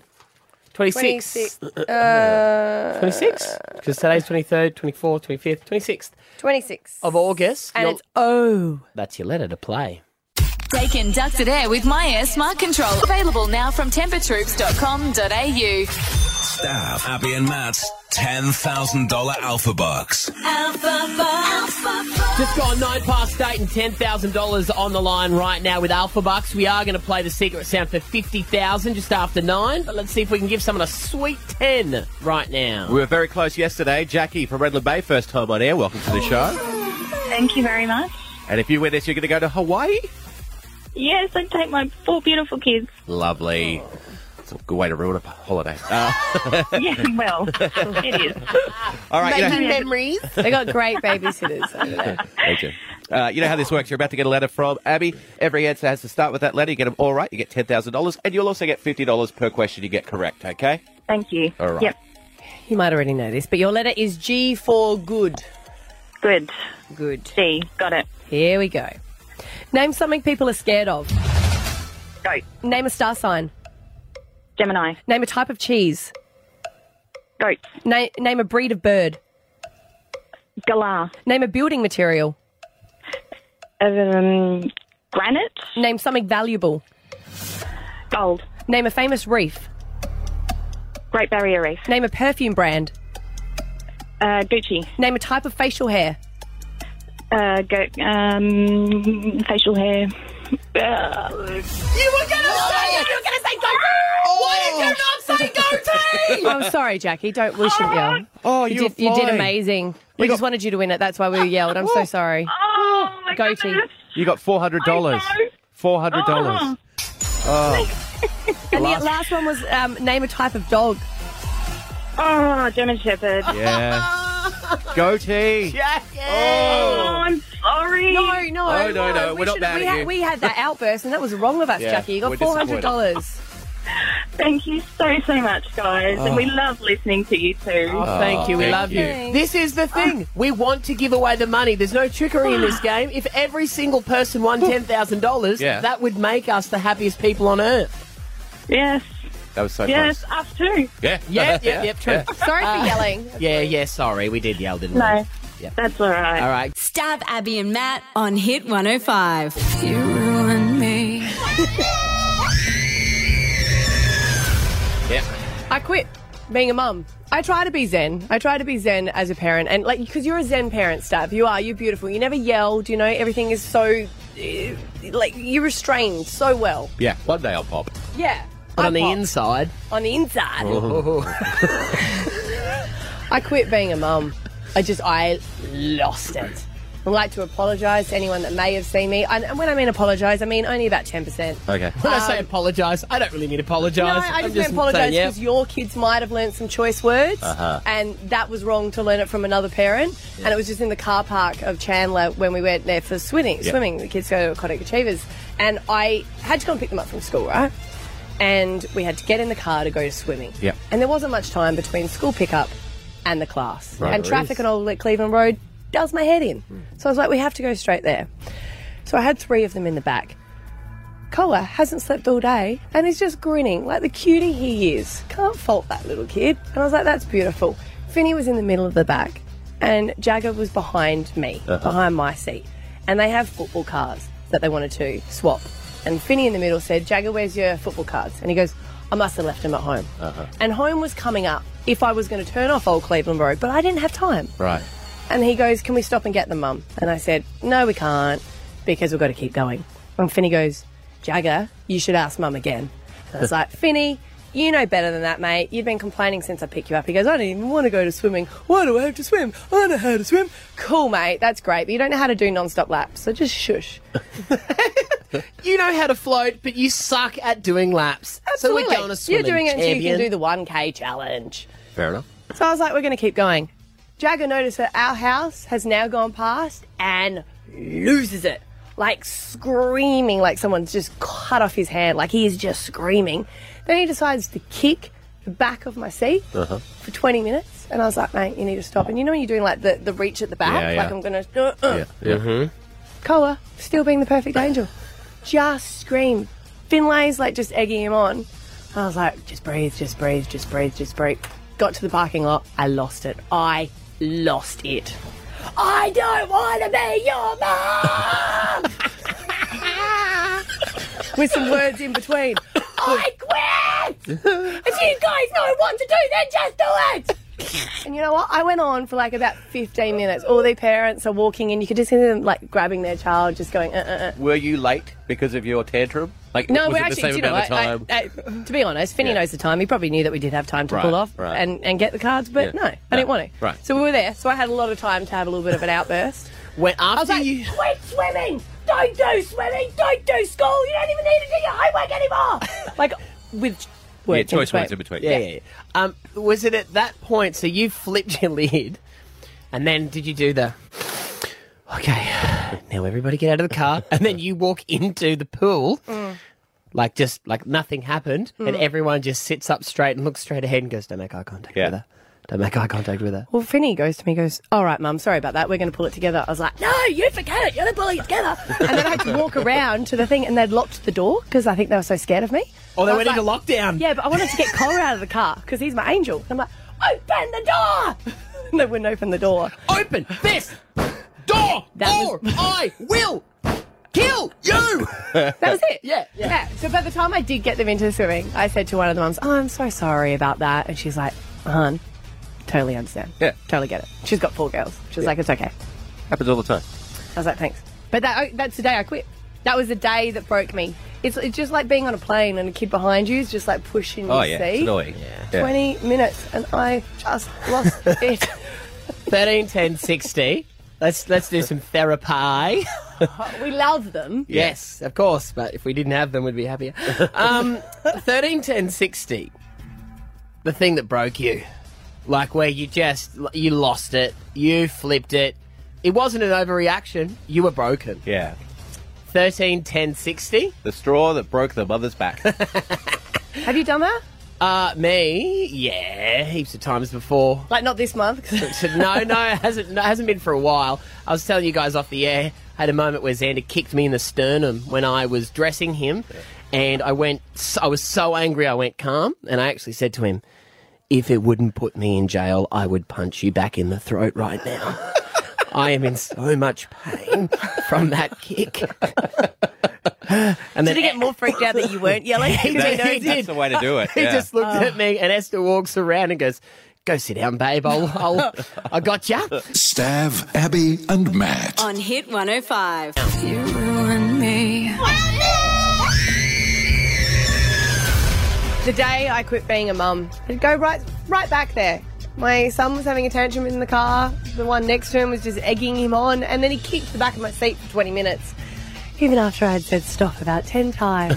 S1: 26th.
S5: 26th. Uh,
S1: 26th? Because today's 23rd, 24th, 25th, 26th
S5: 26.
S1: of August.
S5: And
S1: You'll-
S5: it's oh.
S1: That's your letter to play.
S7: They can duct it air with My Air Smart Control. Available now from tempertroops.com.au.
S3: Stav, Abby and Matt's $10,000 Alpha Bucks.
S7: Alpha
S1: Just gone nine past eight and ten thousand dollars on the line right now with Alpha Bucks. We are going to play the secret sound for fifty thousand just after nine. But let's see if we can give someone a sweet ten right now.
S2: We were very close yesterday. Jackie from Redland Bay, first time on air. Welcome to the show.
S24: Thank you very much.
S2: And if you win this, you're going to go to Hawaii.
S24: Yes, I take my four beautiful kids.
S2: Lovely. It's a good way to ruin a holiday. Uh,
S24: yeah, well, it is.
S2: all right, you know-
S5: memories. They got great babysitters. over there.
S2: Thank you. Uh, you know how this works. You're about to get a letter from Abby. Every answer has to start with that letter. You get them all right. You get ten thousand dollars, and you'll also get fifty dollars per question you get correct. Okay.
S24: Thank you.
S2: All right.
S5: You might already know this, but your letter is G for good.
S24: Good.
S5: Good.
S24: C. Got it.
S5: Here we go. Name something people are scared of. Go. Name a star sign.
S24: Gemini.
S5: Name a type of cheese.
S24: Goat.
S5: Na- name a breed of bird.
S24: Galah.
S5: Name a building material.
S24: Um, granite.
S5: Name something valuable.
S24: Gold.
S5: Name a famous reef.
S24: Great Barrier Reef.
S5: Name a perfume brand.
S24: Uh, Gucci.
S5: Name a type of facial hair.
S24: Uh, go, um, facial hair. Uh,
S8: You were gonna say it. You were gonna say go. Why did you not say go team?
S5: I'm Oh, sorry, Jackie. Don't we shouldn't yell.
S2: Oh,
S5: you,
S8: you
S5: did, you
S8: were
S5: did
S8: flying.
S5: amazing. We just wanted you to win it. That's why we yelled. I'm so sorry.
S24: Oh, my
S5: Go team.
S2: You got four hundred dollars. Four hundred dollars. Oh.
S5: And the
S2: Last-
S5: last one was um, name a type of dog.
S24: Oh, German Shepherd.
S2: Yeah. Goatee.
S5: Jackie.
S24: Oh, I'm sorry.
S5: No, no,
S2: Oh, no, no,
S5: We
S2: we're not
S5: should've-
S2: mad
S5: we
S2: at
S5: had,
S2: you.
S5: We had that outburst, and that was wrong of us,
S2: Yeah,
S5: Jackie. You
S2: we're
S5: got four
S2: disappointed.
S5: hundred dollars.
S24: Thank you so, so much, guys. And we
S1: Oh.
S24: love listening to you too.
S1: Oh, thank you. We love you. This is the thing. We want to give away the money. There's no trickery in this game. If every single person won ten thousand dollars,
S2: Yeah.
S1: that would make us the happiest people on earth.
S24: Yes.
S2: That was so
S24: yes, us too.
S2: close. Yeah.
S1: Yep, yep, yep, true.
S5: Sorry for yelling.
S1: Yeah, yeah, sorry. We did yell, didn't we?
S13: No,
S1: Yep.
S24: That's all right.
S1: All right.
S13: Stab Abby and Matt on Hit 105. You ruined me.
S2: Yeah.
S5: I quit being a mum. I try to be zen. I try to be zen as a parent, and like because you're a zen parent, Stav. You are. You're beautiful. You never yelled. You know everything is so uh, like you restrained so well.
S2: Yeah. One day I'll pop.
S5: Yeah.
S1: But
S5: I
S1: on the
S5: pop.
S1: inside.
S5: On the inside.
S1: Oh.
S5: I quit being a mum. I just I lost it. I'd like to apologise to anyone that may have seen me. And and when I mean apologise, I mean only about ten percent.
S2: Okay.
S1: When I say apologise, I don't really mean apologise.
S5: Um, No, I just, meant apologise because your kids might have learnt some choice words,
S1: Uh-huh.
S5: and that was wrong to learn it from another parent. And it was just in the car park of Chandler when we went there for swimming.
S15: Yeah.
S5: Swimming, the kids go to Aquatic Achievers, and I had to go and pick them up from school, right? And we had to get in the car to go to swimming.
S15: Yeah.
S5: And there wasn't much time between school pickup and the class.
S15: Right,
S5: and
S15: there
S5: traffic
S15: is. Hmm.
S5: on Old Cleveland Road does my head in. So I was like, we have to go straight there. So I had three of them in the back. Koa hasn't slept all day and is just grinning like the cutie he is. Can't fault that little kid. And I was like, that's beautiful. Finney was in the middle of the back and Jagger was behind me,
S8: Uh-huh.
S5: behind my seat. And they have football cards that they wanted to swap. And Finney in the middle said, Jagger, where's your football cards? And he goes, I must have left them at home. And home was coming up if I was going to turn off Old Cleveland Road, but I didn't have time.
S34: Right.
S5: And he goes, Can we stop and get them, mum? And I said, No, we can't because we've got to keep going. And Finney goes, Jagger, you should ask mum again. And I was like, Finney, you know better than that, mate. You've been complaining since I picked you up. He goes, I don't even want to go to swimming. Why do I have to swim? I know how to swim. Cool, mate. That's great. But you don't know how to do non stop laps. So just shush.
S1: You know how to float, but you suck at doing laps. So
S5: Absolutely.
S1: we're going to
S5: You're
S1: swimming,
S5: doing it until you
S1: champion.
S5: can do the 1K challenge.
S34: Fair enough.
S5: So I was like, we're going to keep going. Jagger noticed that our house has now gone past and loses it. Like screaming, like someone's just cut off his hand, like he is just screaming. Then he decides to kick the back of my seat
S8: Uh-huh.
S5: for 20 minutes. And I was like, mate, you need to stop. And you know when you're doing like the, the reach at the back?
S8: Yeah, yeah.
S5: Like I'm going to. Uh, uh.
S8: Mm-hmm.
S5: Koa, still being the perfect angel, just screamed. Finlay's like just egging him on. I was like, just breathe, just breathe, just breathe, just breathe. Got to the parking lot, I lost it. I lost it. I don't want to be your mom! With some words in between. I quit! If you guys know what to do, then just do it! And you know what? I went on for like about 15 minutes. All their parents are walking in. You could just hear them like grabbing their child, just going, uh, uh, uh.
S2: Were you late because of your tantrum? Like,
S5: No,
S2: was
S5: we're
S2: it
S5: actually,
S2: the same
S5: you know,
S2: amount
S5: I-
S2: of time?
S5: I- I- to be honest, Finny knows the time. He probably knew that we did have time to
S2: Right,
S5: pull off
S2: right.
S5: and, and get the cards, but
S2: Yeah.
S5: no, I didn't want to.
S2: Right.
S5: So we were there. So I had a lot of time to have a little bit of an outburst.
S1: when
S5: I was
S1: after
S5: like,
S1: you,
S5: quit swimming! Don't do swimming! Don't do school! You don't even need to do your homework anymore! like, with words
S34: choice
S5: in
S34: words in
S5: between.
S34: between.
S1: Yeah, yeah. yeah. Um, was it at that point? So you flipped your lid, and then did you do the? Okay, now everybody get out of the car, and then you walk into the pool, like just like nothing happened, and
S5: Mm.
S1: everyone just sits up straight and looks straight ahead and goes, "Don't make eye contact with her. Don't make eye contact with her."
S5: Well, Finny goes to me, goes, "All right, Mum, sorry about that. We're going to pull it together." I was like, "No, you forget it. You're the bully. It's together." and then I had to walk around to the thing, and they'd locked the door because I think they were so scared of me.
S1: Oh, they
S5: I was
S1: went into
S5: like,
S1: lockdown.
S5: Yeah, but I wanted to get Cora out of the car because he's my angel. And I'm like, "Open the door!" and they wouldn't open the door.
S1: Open this door,
S5: or
S1: I will kill you.
S5: that was it. Yeah, yeah. So by the time I did get them into swimming, I said to one of the mums, oh, I'm so sorry about that. And she's like, hon, totally understand.
S2: Yeah.
S5: Totally get it. She's got four girls. She's like, it's okay.
S2: Happens all the time.
S5: I was like, thanks. But that, that's the day I quit. That was the day that broke me. It's, it's just like being on a plane and a kid behind you is just like pushing
S2: Oh,
S5: you.
S2: yeah.
S5: see?
S2: It's annoying. Yeah.
S5: 20 minutes and I just lost it.
S1: 13, 10, 60. Let's let's do some therapy.
S5: we love them.
S1: Yes, of course. But if we didn't have them, we'd be happier. Um, thirteen ten sixty. The thing that broke you, like where you just you lost it, you flipped it. It wasn't an overreaction. You were broken.
S2: Yeah.
S1: Thirteen ten sixty.
S2: The straw that broke the mother's back.
S5: Have you done that?
S1: Uh, me? Yeah, heaps of times before.
S5: Like not this month. 'cause-
S1: So, no, no, it hasn't no, it hasn't been for a while. I was telling you guys off the air. I had a moment where Xander kicked me in the sternum when I was dressing him, and I went. I was so angry. I went calm, and I actually said to him, "If it wouldn't put me in jail, I would punch you back in the throat right now." I am in so much pain from that kick. and
S5: Did he get more freaked out that you weren't yelling?
S1: he
S5: Because
S1: did.
S5: knows
S1: he
S5: it.
S1: did. he just looked
S5: Oh.
S1: at me, and Esther walks around and goes, "Go sit down, babe. I'll, I'll I got ya."
S3: Stav, Abby, and Matt.
S13: On Hit 105. You ruined me.
S5: The day I quit being a mum, I'd go right right back there. My son was having a tantrum in the car. The one next to him was just egging him on, and then he kicked the back of my seat for 20 minutes, even after I had said stop about 10 times,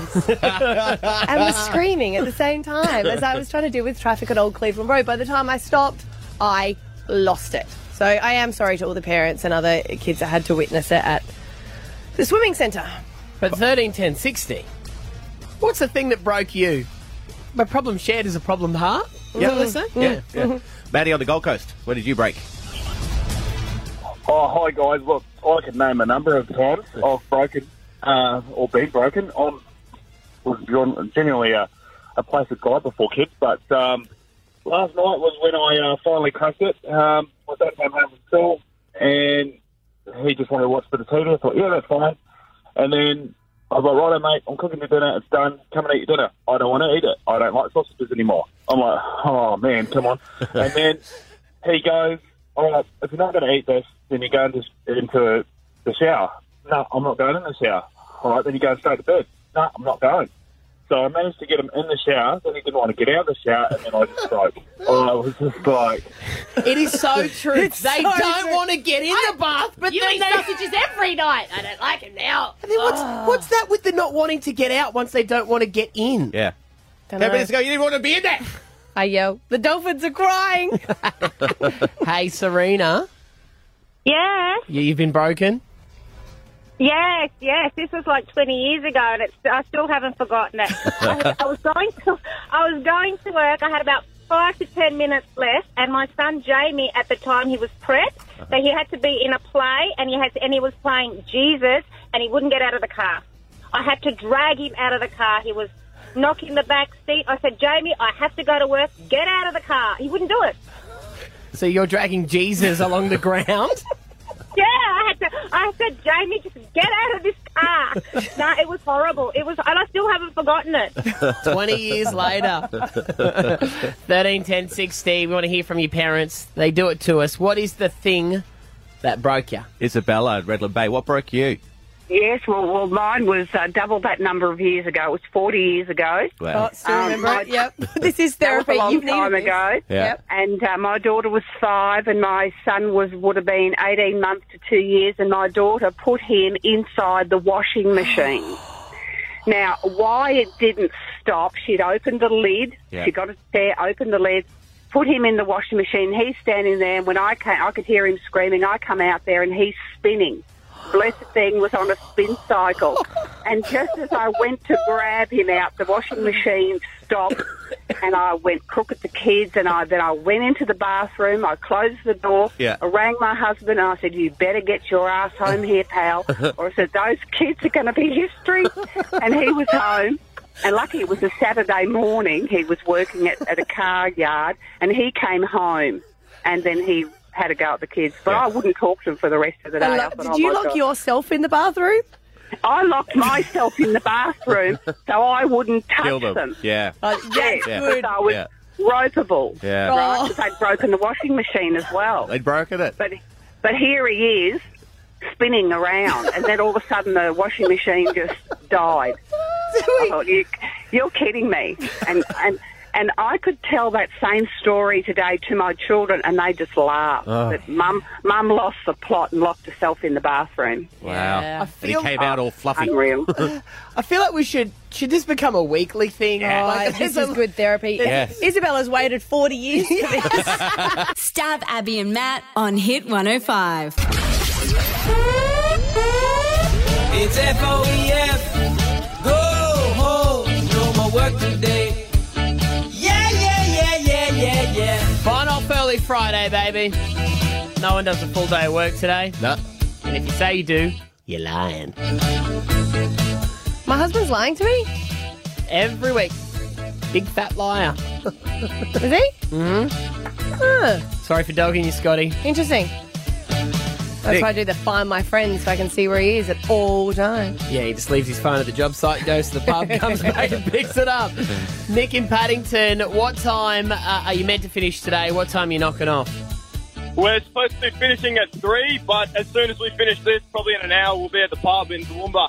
S5: and was screaming at the same time as I was trying to deal with traffic at Old Cleveland Road. By the time I stopped, I lost it. So I am sorry to all the parents and other kids that had to witness it at the swimming centre.
S1: But thirteen ten sixty. What's the thing that broke you? My problem shared is a problem heart. Mm. Is that what they say?
S2: Yeah. yeah. Maddie on the Gold Coast. What did you break?
S12: Oh, hi guys. Look, I could name a number of times I've broken uh, or been broken. I was gen- generally a, a place of God before kids, but um, last night was when I uh, finally cracked it. Um, my dad came home from school and he just wanted to watch a bit of TV. I thought, yeah, that's fine. And then I was like, righto, mate, I'm cooking your dinner. It's done. Come and eat your dinner. I don't want to eat it. I don't like sausages anymore. I'm like, oh, man, come on. and then he goes, all right, if you're not going to eat this, then you go into, into the shower. No, I'm not going in the shower. All right, then you go straight to bed. No, I'm not going. So I managed to get him in the shower, then he didn't want to get out of the shower, and then I just broke. I was just like,
S1: It is so true. they
S8: so
S1: don't
S8: true.
S1: want to get in the bath, but
S8: You
S1: then
S8: eat
S1: they
S8: sausages
S1: every night. I don't like it now. And then what's, what's that with the not wanting to get out once they don't want to get in?
S2: Yeah.
S1: Ten
S5: minutes ago,
S1: you didn't want to be in there.
S5: I yell, the dolphins are crying.
S1: hey, Serena.
S35: Yeah.
S1: You, you've been broken.
S35: Yes, yes. This was like 20 years ago, and it's, I still haven't forgotten it. I, I was going to, I was going to work. I had about five to 10 minutes left, and my son Jamie, at the time, he was prep, so he had to be in a play, and he had, to, and he was playing Jesus, and he wouldn't get out of the car. I had to drag him out of the car. He was knocking the back seat. I said, Jamie, I have to go to work. Get out of the car. He wouldn't do it.
S1: So you're dragging Jesus along the ground?
S35: Yeah, I had to. I said, Jamie, just get out of this car. no, it was horrible. It was, and I still haven't forgotten it.
S1: 20 years later. 13, 10, 60. We want to hear from your parents. They do it to us. What is the thing that broke you?
S2: Isabella, Redland Bay, what broke you?
S9: Yes, well, well, mine was uh, double that number of years ago. It was 40 years ago. Um,
S2: Wow.
S5: Oh, still remember it. Yep. This is
S9: That was
S5: therapy.
S9: a long
S5: You've needed
S9: time
S5: this.
S9: ago.
S5: Yeah. Yep.
S9: And uh, my daughter was five, and my son was would have been 18 months to two years, and my daughter put him inside the washing machine. Now, why it didn't stop, she'd opened the lid.
S18: Yeah.
S9: She got a stair, opened the lid, put him in the washing machine. He's standing there, and when I came, I could hear him screaming. I come out there, and he's spinning. Blessed thing was on a spin cycle. And just as I went to grab him out, the washing machine stopped, and I went crook at the kids, and I then I went into the bathroom. I closed the door.
S8: Yeah.
S9: I rang my husband, and I said, "You better get your ass home here, pal, or I said those kids are going to be history." And he was home. And lucky it was a Saturday morning. He was working at, at a car yard, and he came home, and then he had a go at the kids. But I wouldn't talk to him for the rest of the day.
S5: I
S9: I
S5: lo-
S9: thought,
S5: did
S9: "Oh,
S5: you
S9: my
S5: lock
S9: God."
S5: yourself in the bathroom?
S9: I locked myself in the bathroom so I wouldn't touch
S2: Kill them. Yeah.
S5: Uh,
S9: yes,
S2: Yeah.
S9: because I was
S2: Yeah.
S9: ropeable.
S2: Yeah.
S9: Right? 'Cause I'd broken the washing machine as well.
S2: They'd broken it.
S9: But but here he is spinning around, and then all of a sudden the washing machine just died. I thought, you, you're kidding me, and and. And I could tell that same story today to my children, and they just laughed.
S2: Oh.
S9: That mum, mum lost the plot and locked herself in the bathroom.
S2: Wow.
S9: Yeah. I
S2: And
S9: feel-
S2: he came out all fluffy.
S9: Unreal.
S1: I feel like we should should this become a weekly thing?
S5: Oh, this is good therapy.
S13: Yes.
S5: Isabella's waited 40 years for this.
S13: Stab Abby and Matt on Hit 105.
S8: It's F-O-E-F. Go home. No more work today. Yeah, yeah, yeah, yeah, yeah, yeah.
S1: Fine off early Friday, baby. No one does a full day of work today. No. And if you say you do, you're lying.
S5: My husband's lying to me.
S1: Every week. Big fat liar.
S5: Is he?
S1: hmm
S5: Huh.
S1: Sorry for dogging you, Scotty.
S5: Interesting. That's
S1: Nick.
S5: why I do the find my friend so I can see where he is at all times.
S1: Yeah, he just leaves his phone at the job site, goes to the pub, comes back and picks it up. Nick in Paddington, what time uh, are you meant to finish today? What time are you knocking off?
S36: We're supposed to be finishing at three, but as soon as we finish this, probably in an hour, we'll be at the pub in Toowoomba.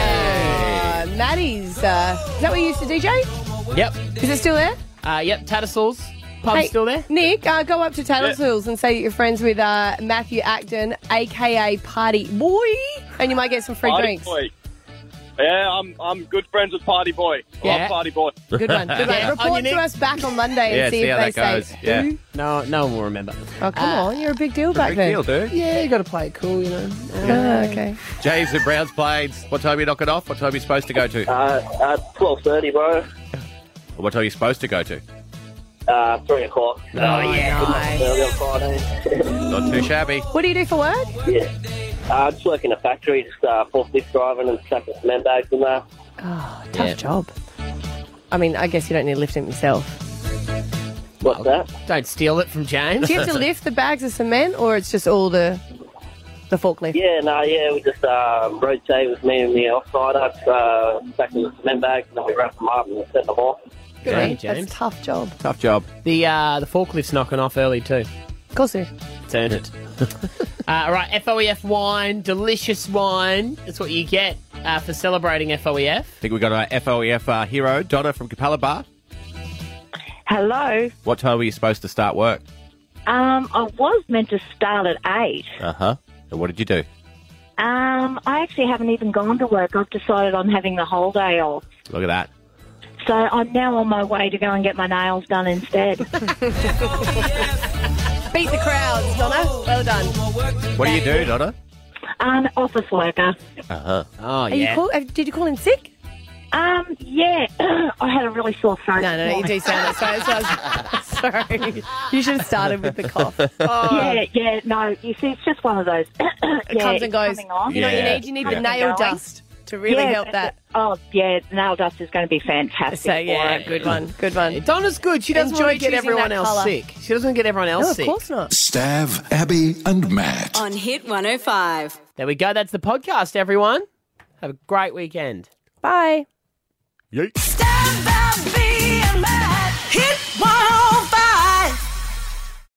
S5: Uh, Maddie's. Uh, is that what you used to DJ?
S1: Yep.
S5: Is it still there?
S1: Uh, yep, Tattersalls. Pub's
S5: Hey,
S1: still there.
S5: Nick, uh, go up to Tattletools
S1: Yeah.
S5: Hills and say that you're friends with uh, Matthew Acton, aka Party Boy, and you might get some free
S36: Party
S5: drinks.
S36: Boy. Yeah, I'm I'm good friends with Party Boy.
S5: Yeah.
S36: Love Party Boy.
S5: Good one. Good one. Report to us back on Monday and
S1: Yeah,
S5: see
S1: see
S5: if
S1: how
S5: they
S1: that goes.
S5: say. Hmm?
S1: Yeah. Ah.
S5: "Ooh."
S1: No, no one will remember.
S5: Oh, come on. You're a big deal
S1: a
S5: back
S1: big
S5: then.
S2: deal, dude.
S5: Yeah, you got to play it cool, you know.
S2: Yeah.
S5: Ah, okay.
S2: James and Browns Plains, what time are you knocking off? What time are you supposed to go to?
S37: Uh, twelve thirty, bro.
S2: Or what time are you supposed to go to?
S37: Uh, three o'clock.
S2: Oh, yeah.
S37: Early on Friday.
S2: Not too shabby.
S5: What do you do for work?
S15: Yeah. Uh, I just work in a factory, just uh, forklift driving and sucking cement bags and that.
S5: Oh, tough job. I mean, I guess you don't need to lift it yourself.
S15: What's that?
S1: Don't steal it from James.
S5: Do you have to lift the bags of cement, or it's just all the the forklift?
S15: Yeah, no, yeah, we just um, rotate with me and the offsider, uh, back in the cement bags, and then we wrap them up and send them off.
S5: Good
S1: Yeah,
S5: on you.
S1: James.
S5: That's a tough job.
S1: Tough job. The uh, the forklift's knocking off early too.
S5: Of course, it is.
S1: It's earned it. uh, all right, FOEF wine, delicious wine. That's what you get uh, for celebrating E FOEF.
S2: I think we got our FOEF uh, hero, Donna from Capella Bar.
S7: Hello.
S2: What time were you supposed to start work?
S7: Um, I was meant to start at eight.
S2: Uh huh. And what did you do?
S7: Um, I actually haven't even gone to work. I've decided I'm having the whole day off.
S2: Look at that.
S7: So I'm now on my way to go and get my nails done instead.
S5: Beat the crowds, Donna. Well done.
S2: What do you do, Donna?
S7: An office worker.
S2: Uh huh.
S1: Oh,
S5: Are you call, uh, did you call in sick?
S7: Um, yeah, I had a really sore throat.
S5: No, no, no, you do sound it. Sorry, sorry, sorry. You should have started with the cough. Oh.
S7: Yeah, yeah, no. You see, it's just one of those.
S5: It comes and goes. You know what you
S7: Yeah.
S5: need? You need the
S7: Coming
S5: nail
S7: and going.
S5: dust to really
S7: Yeah,
S5: help that.
S7: Oh, yeah, nail dust is going to be fantastic.
S5: So, yeah,
S7: for it.
S5: good one. Good one.
S1: Donna's good. She doesn't
S5: Enjoy
S1: want to get
S5: choosing
S1: everyone
S5: that
S1: else
S5: colour.
S1: sick. She doesn't get everyone else
S5: No, of
S1: sick.
S5: course not.
S1: Stav, Abby, and Matt.
S35: On Hit 105.
S1: There we go. That's the podcast, everyone. Have a great weekend.
S5: Bye.
S1: Yeet.
S35: Hit 105.